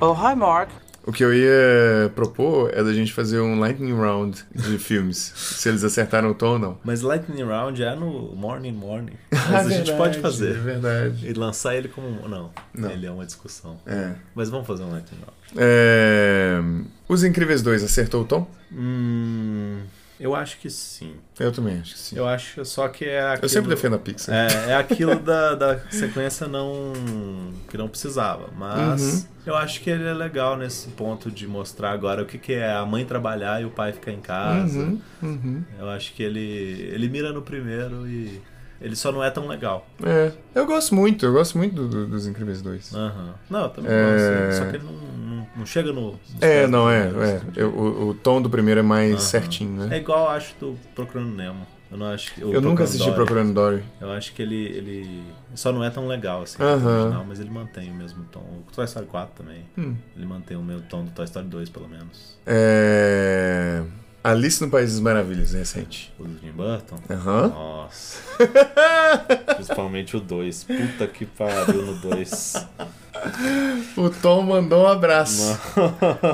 D: Oh, hi, Mark.
B: O que eu ia propor é da gente fazer um lightning round
A: <laughs>
B: de filmes. se eles acertaram o tom ou não.
A: Mas Lightning Round é no Morning
B: <laughs>
A: Morning. Mas a gente pode
B: É
A: fazer.
B: verdade.
A: E lançar ele como. Não,
B: Não.
A: ele é uma discussão.
B: É.
A: Mas vamos fazer um Lightning Round.
B: É, Os Incríveis 2 acertou o tom?
A: Hum, eu acho que sim.
B: Eu também acho que sim. Eu,
A: Eu acho só que é aquilo...
B: sempre defendo a Pixar.
A: É, é aquilo da, da sequência não que não precisava,
B: Uhum.
A: mas eu acho que ele é legal nesse ponto de mostrar agora o que, que é a mãe trabalhar e o pai ficar em casa.
B: Uhum, uhum.
A: Eu acho que ele ele mira no primeiro e ele só não é tão legal.
B: É. Eu gosto muito, eu gosto muito do- do- dos Incríveis É, 2.
A: Aham. Não, eu também
B: É.
A: gosto, só que ele não, não, não chega no. nos
B: É,
A: pés
B: não,
A: do
B: é.
A: primeiro,
B: é.
A: assim, de-
B: Eu- o, o tom do primeiro é mais
A: Aham.
B: certinho,
A: É
B: né?
A: igual acho do Procurando Nemo. Eu não acho que o
B: eu
A: Procurando
B: nunca assisti
A: Dory.
B: Procurando Dory.
A: Eu acho que ele, ele só não é tão legal assim
B: Aham.
A: quanto o original, mas ele mantém o mesmo tom. O Toy Story 4 também.
B: Hum.
A: Ele mantém o mesmo tom do Toy Story 2, pelo menos.
B: É... Alice no País das Maravilhas, recente.
A: O do Tim Burton.
B: Aham. <laughs>
A: Nossa. Principalmente o 2. Puta que pariu no 2.
B: O Tom mandou um abraço.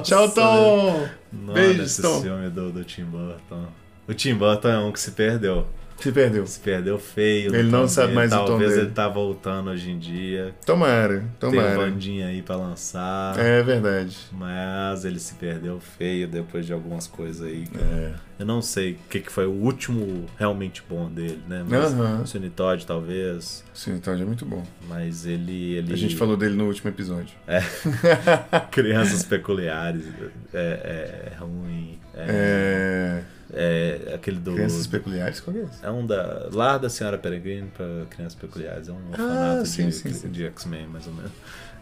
B: Tchau, Tom!
A: Não,
B: Beijos,
A: esse
B: Tom.
A: filme do, do Tim Burton. O Tim Burton é um que se perdeu.
B: Se perdeu.
A: Se perdeu feio. no
B: Ele não
A: tom
B: sabe
A: dele.
B: mais o tom
A: Talvez
B: dele.
A: ele tá voltando hoje em dia.
B: Tomara,
A: Tem uma
B: tomara.
A: bandinha aí pra lançar.
B: É verdade.
A: Mas ele se perdeu feio depois de algumas coisas aí.
B: É.
A: Eu não sei o que, que foi o último realmente bom dele, né? Mas
B: Aham.
A: o Sweeney Todd, talvez.
B: Sim, então já é muito bom.
A: Mas ele. ele
B: A gente falou dele no último episódio.
A: <laughs> Crianças peculiares. É, é, é ruim. É,
B: É...
A: é aquele do.
B: Crianças peculiares? Qual que é esse?
A: É um da. Lar da Senhora Peregrine para Crianças Peculiares. É um orfanato
B: Ah, sim,
A: de,
B: sim, sim.
A: de X-Men, mais ou menos.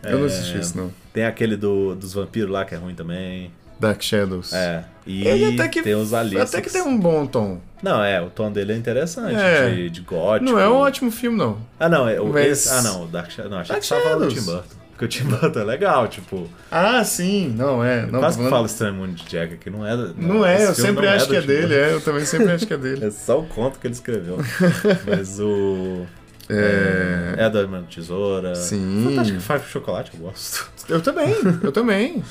B: Eu não
A: É,
B: assisti isso, não.
A: Tem aquele do, dos vampiros lá que é ruim também.
B: Dark Shadows.
A: É. E
B: Ele até que,
A: tem os Alices.
B: até que tem um bom tom.
A: Não, é, o tom dele é interessante,
B: É.
A: de, de gótico.
B: Não é um ótimo filme, não.
A: Ah, não, é o
B: Mas-
A: esse- Ah, não, o Dark Shadow. Não, achei
B: Dark
A: que você tava falando do Tim
B: Shadows.
A: Burton. Porque o Tim Burton é legal, tipo.
B: Ah, sim. Não, é. Não,
A: quase
B: tô
A: que
B: falando-
A: fala Estranho Mundo de Jack aqui, não é.
B: não é,
A: esse
B: eu
A: filme
B: sempre
A: não
B: acho
A: do
B: que é
A: Tim
B: dele,
A: Burton.
B: é. Eu também sempre acho que é dele.
A: É só o conto que ele
B: <laughs>
A: escreveu. Mas o.
B: É.
A: <laughs> É da Irmã Tesoura.
B: Sim.
A: Fantástico Five Chocolate, eu
B: <laughs>
A: gosto.
B: Eu também,
A: <laughs>
B: eu também.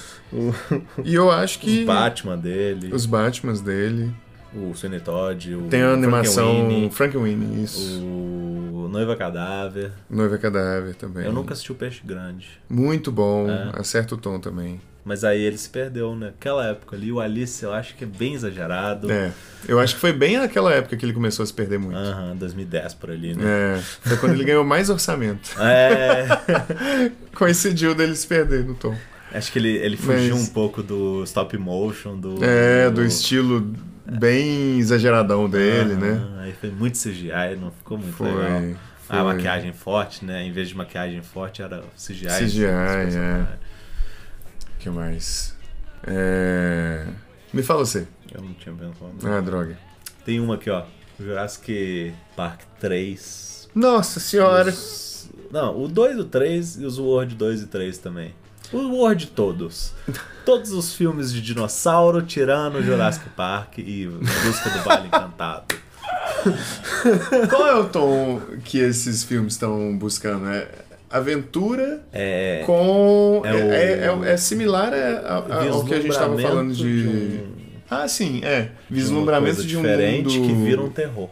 B: e eu acho que.
A: Os Batman dele,
B: Os Batmans dele.
A: o Sweeney Todd, o.
B: Tem a animação
A: Frankenweenie,
B: Frank Winnie, isso.
A: O Noiva Cadáver.
B: Noiva é Cadáver também.
A: Eu nunca assisti o Peixe Grande.
B: Muito bom,
A: É.
B: acerta o tom também.
A: Mas aí ele se perdeu naquela época ali. O Alice eu acho que é bem exagerado.
B: É. Eu acho que foi bem naquela época que ele começou a se perder muito.
A: Aham, 2010 por ali, né?
B: É, foi quando ele ganhou mais orçamento. <laughs>
A: É.
B: Coincidiu dele se perder no tom.
A: Acho que ele, ele fugiu
B: Mas-
A: um pouco do stop motion, do.
B: É, do estilo bem exageradão dele,
A: Ah,
B: né?
A: Aham, Aí foi muito CGI, não ficou muito
B: Foi,
A: legal.
B: foi.
A: A Ah, maquiagem forte, né? Em vez de maquiagem forte, era CGI.
B: CGI,
A: dos personagens.
B: é. O que mais? É... Me fala você.
A: Eu não tinha pensado.
B: Ah, droga.
A: Tem uma aqui, ó. Jurassic Park 3.
B: Nossa senhora!
A: Os- Não, o 2 e o 3 e os World 2 e 3 também. O World
B: <laughs>
A: todos. Todos os filmes de dinossauro, tirando Jurassic Park e Em Busca do Vale Encantado.
B: Qual é o tom que esses filmes estão buscando? É aventura
A: É.
B: com.
A: É
B: É,
A: o-
B: é- é- é similar a- a- a- ao que a gente estava falando de.
A: um-
B: Ah, sim, é.
A: uma
B: Vislumbramento
A: coisa
B: de um
A: diferente
B: mundo.
A: que vira um terror.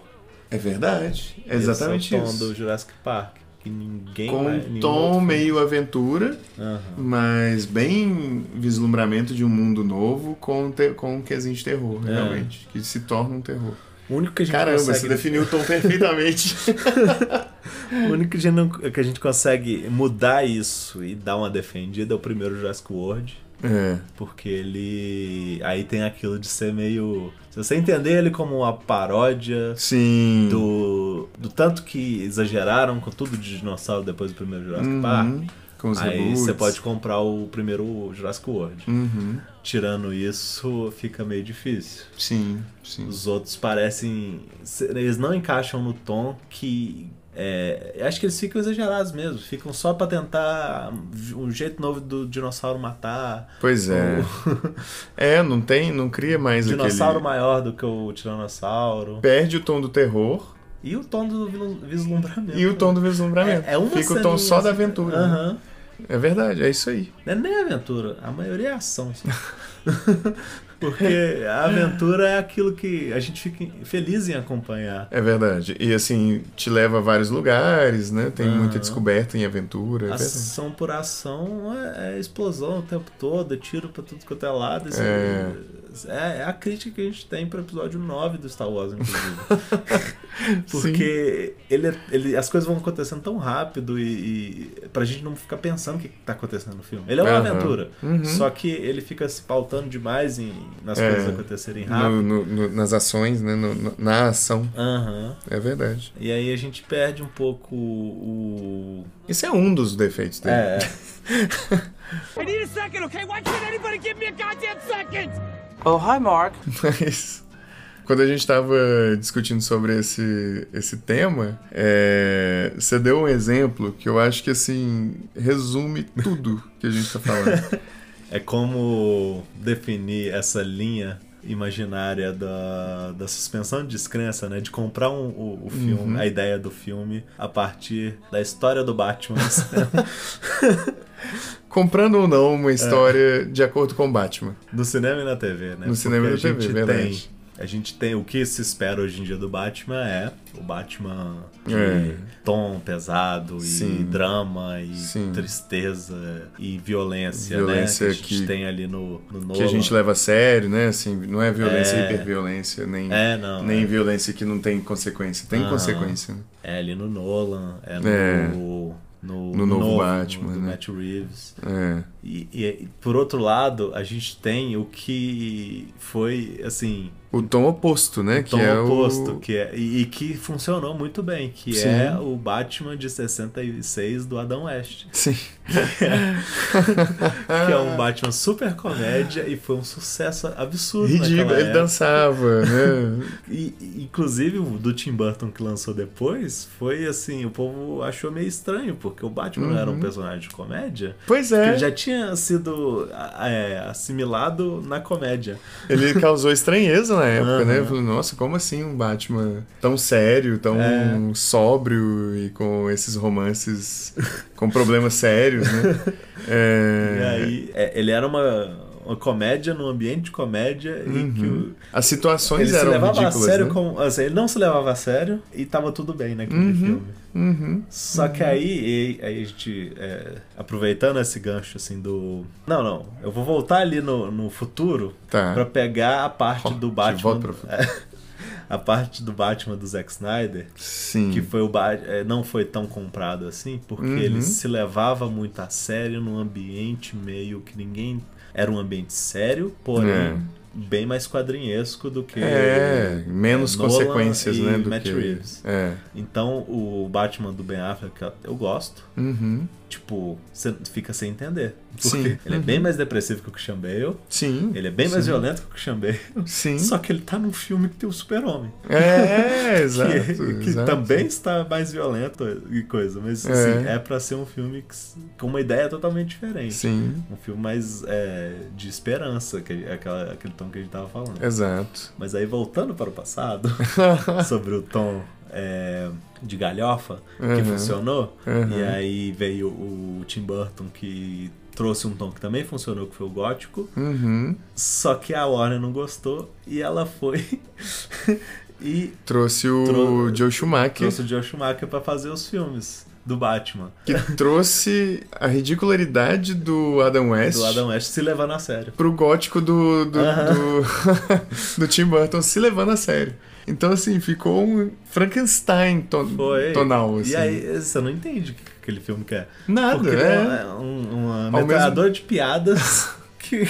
B: É verdade. É
A: Esse
B: exatamente
A: é o tom
B: isso.
A: do Jurassic Park. que ninguém
B: com
A: vai,
B: um
A: nenhum
B: tom
A: outro-
B: meio aventura,
A: Aham.
B: mas bem vislumbramento de um mundo novo com, um te- com um quesinho de terror,
A: É.
B: realmente. Que se torna um terror.
A: O único que a gente
B: Caramba,
A: consegue...
B: você definiu o tom
A: <laughs>
B: perfeitamente.
A: O único que a, gente não- que a gente consegue mudar isso e dar uma defendida é o primeiro Jurassic World.
B: é.
A: Porque ele. Aí tem aquilo de ser meio. Se você entender ele como uma paródia
B: Sim.
A: do. do tanto que exageraram com tudo de dinossauro depois do primeiro Jurassic
B: Uhum.
A: Park.
B: Com os
A: Aí
B: reboots. Uhum.
A: você pode comprar o primeiro Jurassic World. Tirando isso, fica meio difícil.
B: Sim, sim.
A: Os outros parecem. Eles não encaixam no tom que. é, acho que eles ficam exagerados mesmo. Ficam só pra tentar um jeito novo do dinossauro matar.
B: Pois é. <laughs> é, não tem, não cria mais
A: dinossauro
B: aquele...
A: maior do que o tiranossauro.
B: Perde o tom do terror
A: E o tom do vil- vislumbramento.
B: e o tom do vislumbramento.
A: É, é uma
B: Fica o
A: ceninha,
B: tom só da
A: assim.
B: aventura. né?
A: Aham.
B: É verdade, é isso aí.
A: Não é nem aventura, a maioria é ação.
B: <laughs>
A: só. Porque a aventura é aquilo que a gente fica feliz em acompanhar.
B: É verdade. E assim, te leva a vários lugares, né? Tem
A: Aham.
B: muita descoberta em aventura. É verdade.
A: Ação por ação é, é explosão o tempo todo, é tiro pra tudo quanto é lado. isso
B: É.
A: é- é a crítica que a gente tem pro episódio 9 do Star Wars, inclusive.
B: <laughs>
A: Porque ele, é- ele, as coisas vão acontecendo tão rápido e, e pra gente não ficar pensando o que tá acontecendo no filme. Ele é uma
B: Aham.
A: aventura,
B: Uhum.
A: só que ele fica se pautando demais em, nas
B: É.
A: coisas acontecerem rápido.
B: No- no- no- nas ações, né? No- no- na ação.
A: Aham.
B: É verdade.
A: E aí a gente perde um pouco o.
B: Isso é um dos defeitos dele.
A: É.
C: I need a second, okay? Why can't anybody give me a goddamn second?
D: Oh, hi, Mark.
B: Mas quando a gente tava discutindo sobre esse, esse tema, é, você deu um exemplo que eu acho que assim resume tudo que a gente
A: <laughs>
B: tá falando.
A: É como definir essa linha imaginária da, da suspensão de descrença, né? De comprar um- o, o filme,
B: Uhum.
A: a ideia do filme, a partir da história do Batman. <laughs>
B: Comprando ou não uma história de acordo com Batman.
A: no cinema e na TV, né?
B: No cinema e na
A: a
B: TV,
A: gente
B: verdade.
A: Tem, a gente tem. O que se espera hoje em dia do Batman é o Batman de
B: É.
A: tom pesado e
B: Sim.
A: drama e
B: Sim.
A: tristeza e violência,
B: Violência
A: né? Que a gente
B: que-
A: tem ali no, no Nolan.
B: Que a gente leva a sério, né? Assim, não é violência
A: É.
B: hiperviolência, nem,
A: É, não,
B: nem
A: é. Ah.
B: violência que não tem consequência. Tem
A: Aham.
B: consequência, né?
A: É ali no Nolan, é no.
B: É.
A: No,
B: No novo Batman,
A: do
B: né?
A: Matt Reeves.
B: É.
A: E, e- e, por outro lado, a gente tem o que foi, assim,
B: O tom oposto, né?
A: tom
B: que é
A: oposto,
B: o...
A: que é, e, e que funcionou muito bem, que
B: Sim.
A: é o Batman de 66 do Adam West.
B: Sim. Ah.
A: Que é um Batman super comédia e foi um sucesso absurdo.
B: Ridículo.
A: naquela
B: Ele
A: época.
B: dançava, né?
A: <laughs> E, e, inclusive o do Tim Burton que lançou depois foi assim, o povo achou meio estranho, porque o Batman não era
B: Uhum.
A: um personagem de comédia.
B: Pois
A: que
B: é.
A: Ele já tinha sido a- é, assimilado na comédia.
B: Ele causou estranheza na época, né?
A: Aham.
B: Falou, nossa, como assim um Batman tão sério, tão
A: É.
B: sóbrio e com esses romances com problemas sérios, né?
A: <laughs>
B: É,
A: E aí, é, ele era uma, uma comédia num ambiente de comédia e que o-
B: As
A: ele
B: situações
A: se
B: Uhum. eram
A: levava a
B: ridículas,
A: sério
B: né?
A: como. Assim, ele não se levava a sério e tava tudo bem naquele filme.
B: Uhum.
A: Só que aí, e- aí a gente, é, aproveitando esse gancho assim do. Não, não, eu vou voltar ali no, no futuro
B: Tá.
A: pra pegar a parte
B: Ó,
A: do
B: de
A: Batman.
B: volta pro futuro.
A: <laughs> a parte do Batman do Zack Snyder,
B: Sim.
A: que foi o Ba- é, não foi tão comprado assim, porque
B: Hum. Uhum.
A: ele se levava muito a sério num ambiente meio que ninguém. Era um ambiente sério, porém.
B: É.
A: Bem mais quadrinhesco do que.
B: É, menos
A: Nolan
B: consequências,
A: e
B: né? Do
A: Matt
B: que...
A: Reeves.
B: É.
A: Então, o Batman do Ben Affleck, eu gosto.
B: Uhum.
A: tipo, você fica sem entender. Porque
B: Sim.
A: ele é bem mais depressivo que o Christian Bale,
B: Sim.
A: ele é bem mais
B: Sim.
A: violento que o Christian Bale,
B: Sim.
A: só que ele tá num filme que tem o super-homem.
B: É, exato.
A: <laughs> que que
B: exato.
A: também está mais violento e coisa, mas assim, é pra ser um filme que s- com uma ideia totalmente diferente.
B: Sim,
A: Um filme mais é, de esperança, que é aquela, aquele tom que a gente tava falando.
B: É. exato.
A: Mas aí voltando para o
B: <laughs>
A: passado, sobre o tom é, de galhofa que
B: Uhum.
A: funcionou,
B: Uhum.
A: e aí veio o Tim Burton que trouxe um tom que também funcionou, que foi o gótico,
B: Uhum.
A: só que a Warner não gostou e ela foi <laughs> e
B: Trouxe o
A: Trou-
B: Joe Schumacher,
A: trouxe o é Joe Schumacher pra fazer os filmes do Batman.
B: que trouxe a ridicularidade do Adam West.
A: Do Adam West se levando a sério.
B: pro gótico do do,
A: Aham.
B: do, <laughs> do Tim Burton se levando a sério. Então, assim, ficou um Frankenstein ton-
A: Foi.
B: tonal, assim.
A: E aí você não entende o que aquele filme quer.
B: Nada,
A: Porque
B: é.
A: ele é um, um
B: Ao
A: metralhador de piadas <laughs> que,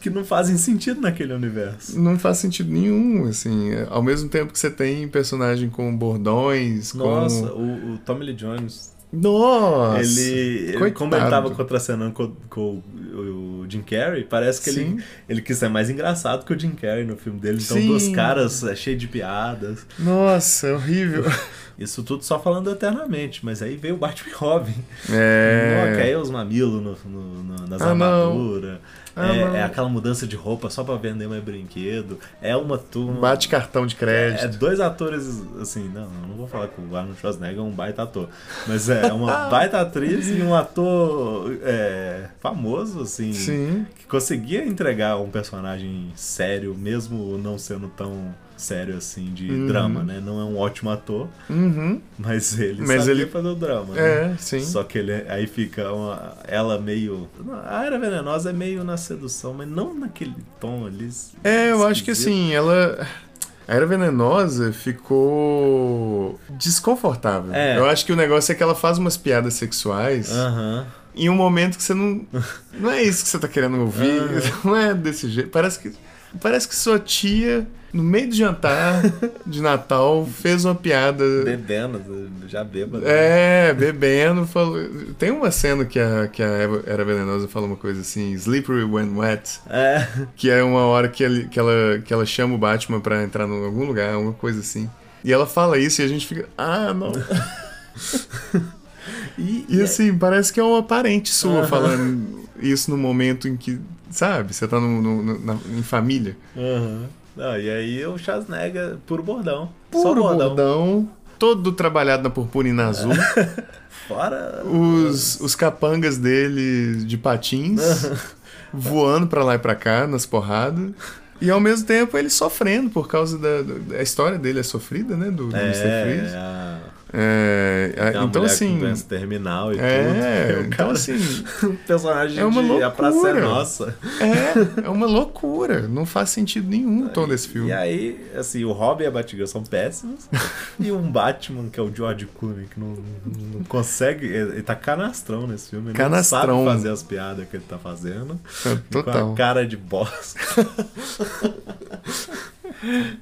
A: que não fazem sentido naquele universo.
B: Não faz sentido nenhum, assim. Ao mesmo tempo que você tem personagem com bordões,
A: Nossa,
B: com...
A: o, o Tommy Lee Jones,
B: Nossa!
A: ele, ele
B: coitado.
A: como ele tava contracenando com, com o, o Jim Carrey, parece que ele,
B: Sim.
A: ele quis ser mais engraçado que o Jim Carrey no filme dele. Então,
B: Sim.
A: duas caras é, cheio de piadas.
B: Nossa, é
A: <laughs>
B: horrível.
A: Isso tudo só falando eternamente, mas aí veio o Batman e Robin.
B: É...
A: Não, que aí os mamilos no, no- no- nas
B: Ah, não.
A: armaduras.
B: Ah,
A: é,
B: não.
A: é aquela mudança de roupa só pra vender mais brinquedo. É uma turma.
B: Bate cartão de
A: é
B: crédito.
A: dois atores, assim, não, eu não vou falar que o Arnold Schwarzenegger é um baita ator, mas é
B: <laughs>
A: uma baita atriz e um ator é, famoso, assim,
B: Sim.
A: que conseguia entregar um personagem sério, mesmo não sendo tão sério, assim, de drama, né? Não é um ótimo ator,
B: Uhum.
A: mas ele
B: Mas
A: sabia
B: ele-
A: fazer o drama, né?
B: É, sim.
A: Só que ele, aí fica uma, ela meio. A era venenosa é meio na sedução, mas não naquele tom ali.
B: É, eu acho que
A: esquisito.
B: assim, ela. A Era Venenosa ficou desconfortável.
A: É. Ah.
B: Eu acho que o negócio é que ela faz umas piadas sexuais
A: Aham.
B: em um momento que você não. Não é isso que você tá querendo ouvir.
A: Ah.
B: <laughs> Não é desse jeito. Parece que. Parece que sua tia, no meio do jantar de Natal, fez uma piada.
A: Bebendo, já bêbado.
B: É, bebendo. Falou... Tem uma cena que a, que a Eva- Era Venenosa fala uma coisa assim: Slippery when wet.
A: É.
B: Que é uma hora que, ele- que ela, que ela chama o Batman pra entrar em algum lugar, alguma coisa assim. E ela fala isso e a gente fica, ah, não.
A: E,
B: <laughs> E assim, parece que é uma parente sua
A: Aham.
B: falando isso no momento em que, sabe, você tá no, no- no- na- em família.
A: Aham. Não, e aí o Chasnega, puro bordão. Só
B: Puro
A: bordão.
B: bordão, todo trabalhado na purpurina e na azul.
A: Fora.
B: Os, os capangas dele
A: <laughs>
B: de patins, voando pra lá e pra cá, nas porradas. E ao mesmo tempo ele sofrendo por causa da. do- A história dele é sofrida, né? Do, do
A: É,
B: Mr. Freeze.
A: a-
B: É, a-
A: tem uma
B: então
A: mulher
B: assim.
A: Com doença terminal e
B: É,
A: tudo. <laughs> E o
B: então
A: cara-
B: assim,
A: Um personagem
B: é uma
A: de A Praça é
B: loucura.
A: Nossa.
B: É, é uma loucura. Não faz
A: <laughs>
B: sentido nenhum o tom desse filme.
A: E aí, assim, o Robin e a Batgirl são
B: <laughs>
A: péssimos. e um Batman, que é o George Clooney, que não, não consegue. Ele tá canastrão nesse filme. Ele
B: Canastrão. É,
A: não sabe fazer as piadas que ele tá fazendo. Com
B: Total.
A: a cara de bosta. <laughs>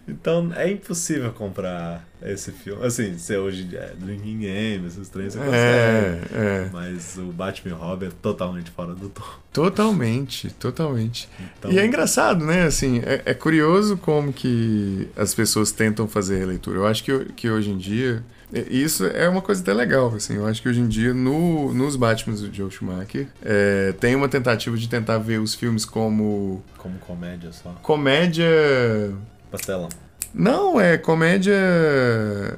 A: então é impossível comprar esse filme. Assim, você hoje em dia é Drinking Game, esses três você consegue.
B: É, é.
A: Mas o Batman e o Robin é totalmente fora do tom.
B: Totalmente, totalmente.
A: Então-
B: E é engraçado, né? Assim, é, é curioso como que as pessoas tentam fazer releitura. Eu acho que, ho- que hoje em dia. e Isso é uma coisa até legal, assim. Eu acho que hoje em dia, no, nos Batmans do Joe Schumacher, é, tem uma tentativa de tentar ver os filmes como
A: Como comédia só.
B: comédia
A: Pastelão.
B: Não, é comédia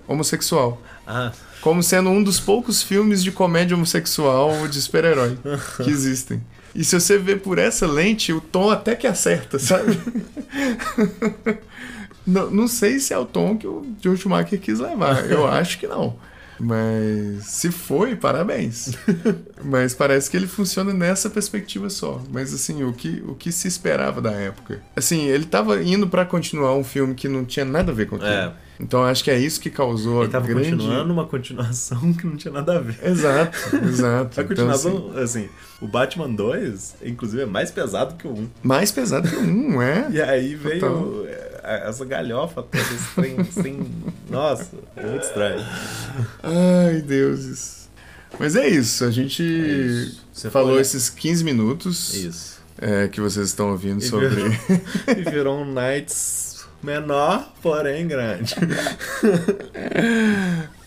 B: homossexual.
A: Ah,
B: Como sendo um dos poucos filmes de comédia homossexual de super-herói que existem. E se você vê por essa lente, o tom até que acerta, sabe? <laughs> não, não sei se é o tom que o Joe Schumacher quis
A: <laughs>
B: levar. Eu acho que não. Mas se foi, parabéns. Mas parece que ele funciona nessa perspectiva só. Mas assim, o que, o que se esperava da época? Assim, ele tava indo pra continuar um filme que não tinha nada a ver com aquilo.
A: É.
B: Então acho que é isso que causou
A: ele
B: a
A: tava
B: grande...
A: continuando uma continuação que não tinha nada a ver.
B: Exato,
A: <laughs>
B: exato.
A: A
B: Então,
A: continuação,
B: assim,
A: assim, o Batman 2, inclusive, é mais pesado que o 1.
B: mais pesado que um,
A: <laughs>
B: é?
A: E aí veio
B: Total.
A: é, essa galhofa toda, esse trem, assim, nossa, é muito estranho.
B: Ai, deuses. Mas é isso, a gente
A: isso. Você
B: falou
A: foi- né?
B: esses 15 minutos
A: Isso.
B: é, que vocês estão ouvindo
A: E
B: sobre.
A: virou, <laughs> e virou um Knights menor, porém grande.
B: <laughs>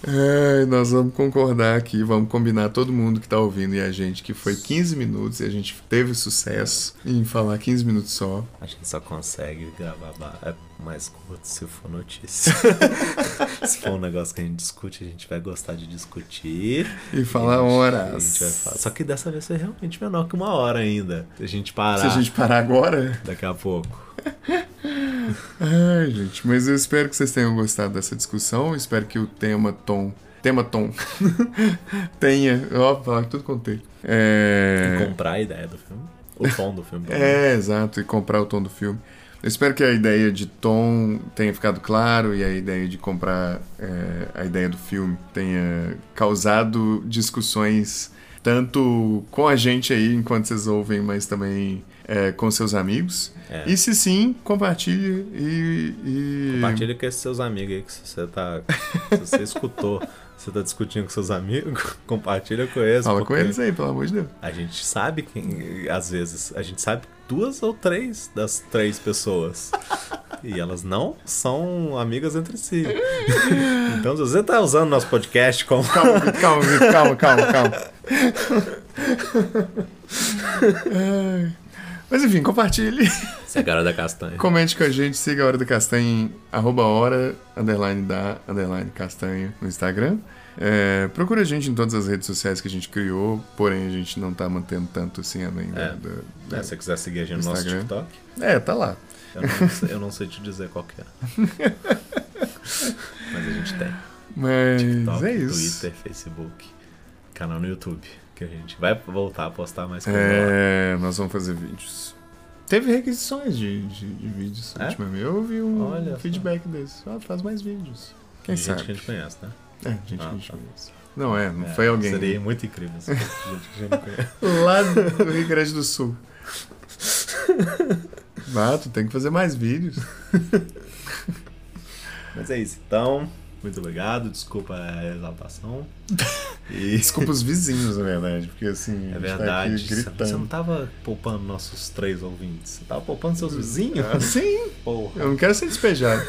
B: Ai, nós vamos concordar aqui, vamos combinar todo mundo que tá ouvindo e a gente que foi 15 minutos e a gente teve sucesso em falar 15 minutos só.
A: A gente só consegue gravar ba- é mais curto se for <laughs> notícia. se for um negócio que a gente discute, a gente vai gostar de discutir.
B: E falar
A: A
B: horas.
A: gente vai falar. Só que dessa vez foi realmente menor que uma hora ainda. Se a gente parar
B: Se a gente parar agora,
A: daqui a pouco.
B: Ai, gente, mas eu espero que vocês tenham gostado dessa discussão. Espero que o tema tom. Tema tom. <laughs> tenha. Ó, falar tudo com T. É.
A: Comprar a ideia do filme.
B: <laughs>
A: O tom do filme. pelo menos.
B: É, exato, e comprar o tom do filme. Eu espero que a ideia de tom tenha ficado claro e a ideia de comprar é, a ideia do filme tenha causado discussões tanto com a gente aí enquanto vocês ouvem, mas também é, com seus amigos.
A: É.
B: E se sim, compartilhe e. e-
A: Compartilha com esses seus amigos aí que se você tá. Se você escutou, se você tá discutindo com seus amigos, <laughs> compartilha com eles.
B: Fala com
A: porque
B: eles aí, pelo amor de Deus.
A: A gente sabe quem. Às vezes, a gente sabe duas ou três das três pessoas. E elas não são amigas entre
B: <laughs>
A: si. Então, se você tá usando nosso podcast como.
B: Calma, Vitor, calma, Vitor, calma, calma, calma. Ai. <laughs> Mas enfim, compartilhe. <laughs>
A: Você é a cara da castanha.
B: Comente com a gente, siga a Hora do Castanho em arroba hora, underline da, underline castanho no Instagram. É, procura a gente em todas as redes sociais que a gente criou, porém a gente não tá mantendo tanto assim além da-
A: É.
B: da-
A: É, se você quiser seguir a gente no nosso
B: Instagram.
A: TikTok,
B: da- É, tá lá.
A: eu não, sei, eu não sei te dizer qual
B: <laughs>
A: que é. Mas a gente tem.
B: Mas
A: TikTok,
B: é isso.
A: Twitter, Facebook, canal no YouTube, que a gente vai voltar a postar mais coisa lá.
B: É, nós vamos fazer vídeos. Teve requisições de, de- de vídeos
A: É?
B: ultimamente. Eu ouvi um
A: Olha só.
B: feedback desse. Ah, faz mais vídeos. Quem
A: gente
B: sabe?
A: que a gente conhece, né?
B: É, gente que
A: Ah,
B: a gente
A: tá.
B: conhece. Não é, não foi
A: É,
B: alguém
A: Seria muito incrível se fosse gente que a gente
B: <laughs>
A: conhece.
B: lá do Rio Grande
A: <laughs>
B: do Sul. Ah, tu tem que fazer mais vídeos.
A: Mas é isso, então. Muito obrigado, desculpa a exaltação. E
B: Desculpa os vizinhos, na verdade, porque assim,
A: É
B: a gente tá aqui
A: verdade, você- você não
B: gritando.
A: tava poupando nossos três ouvintes, você tava poupando seus vizinhos?
B: Ah, sim,
A: Porra.
B: eu não quero ser despejado.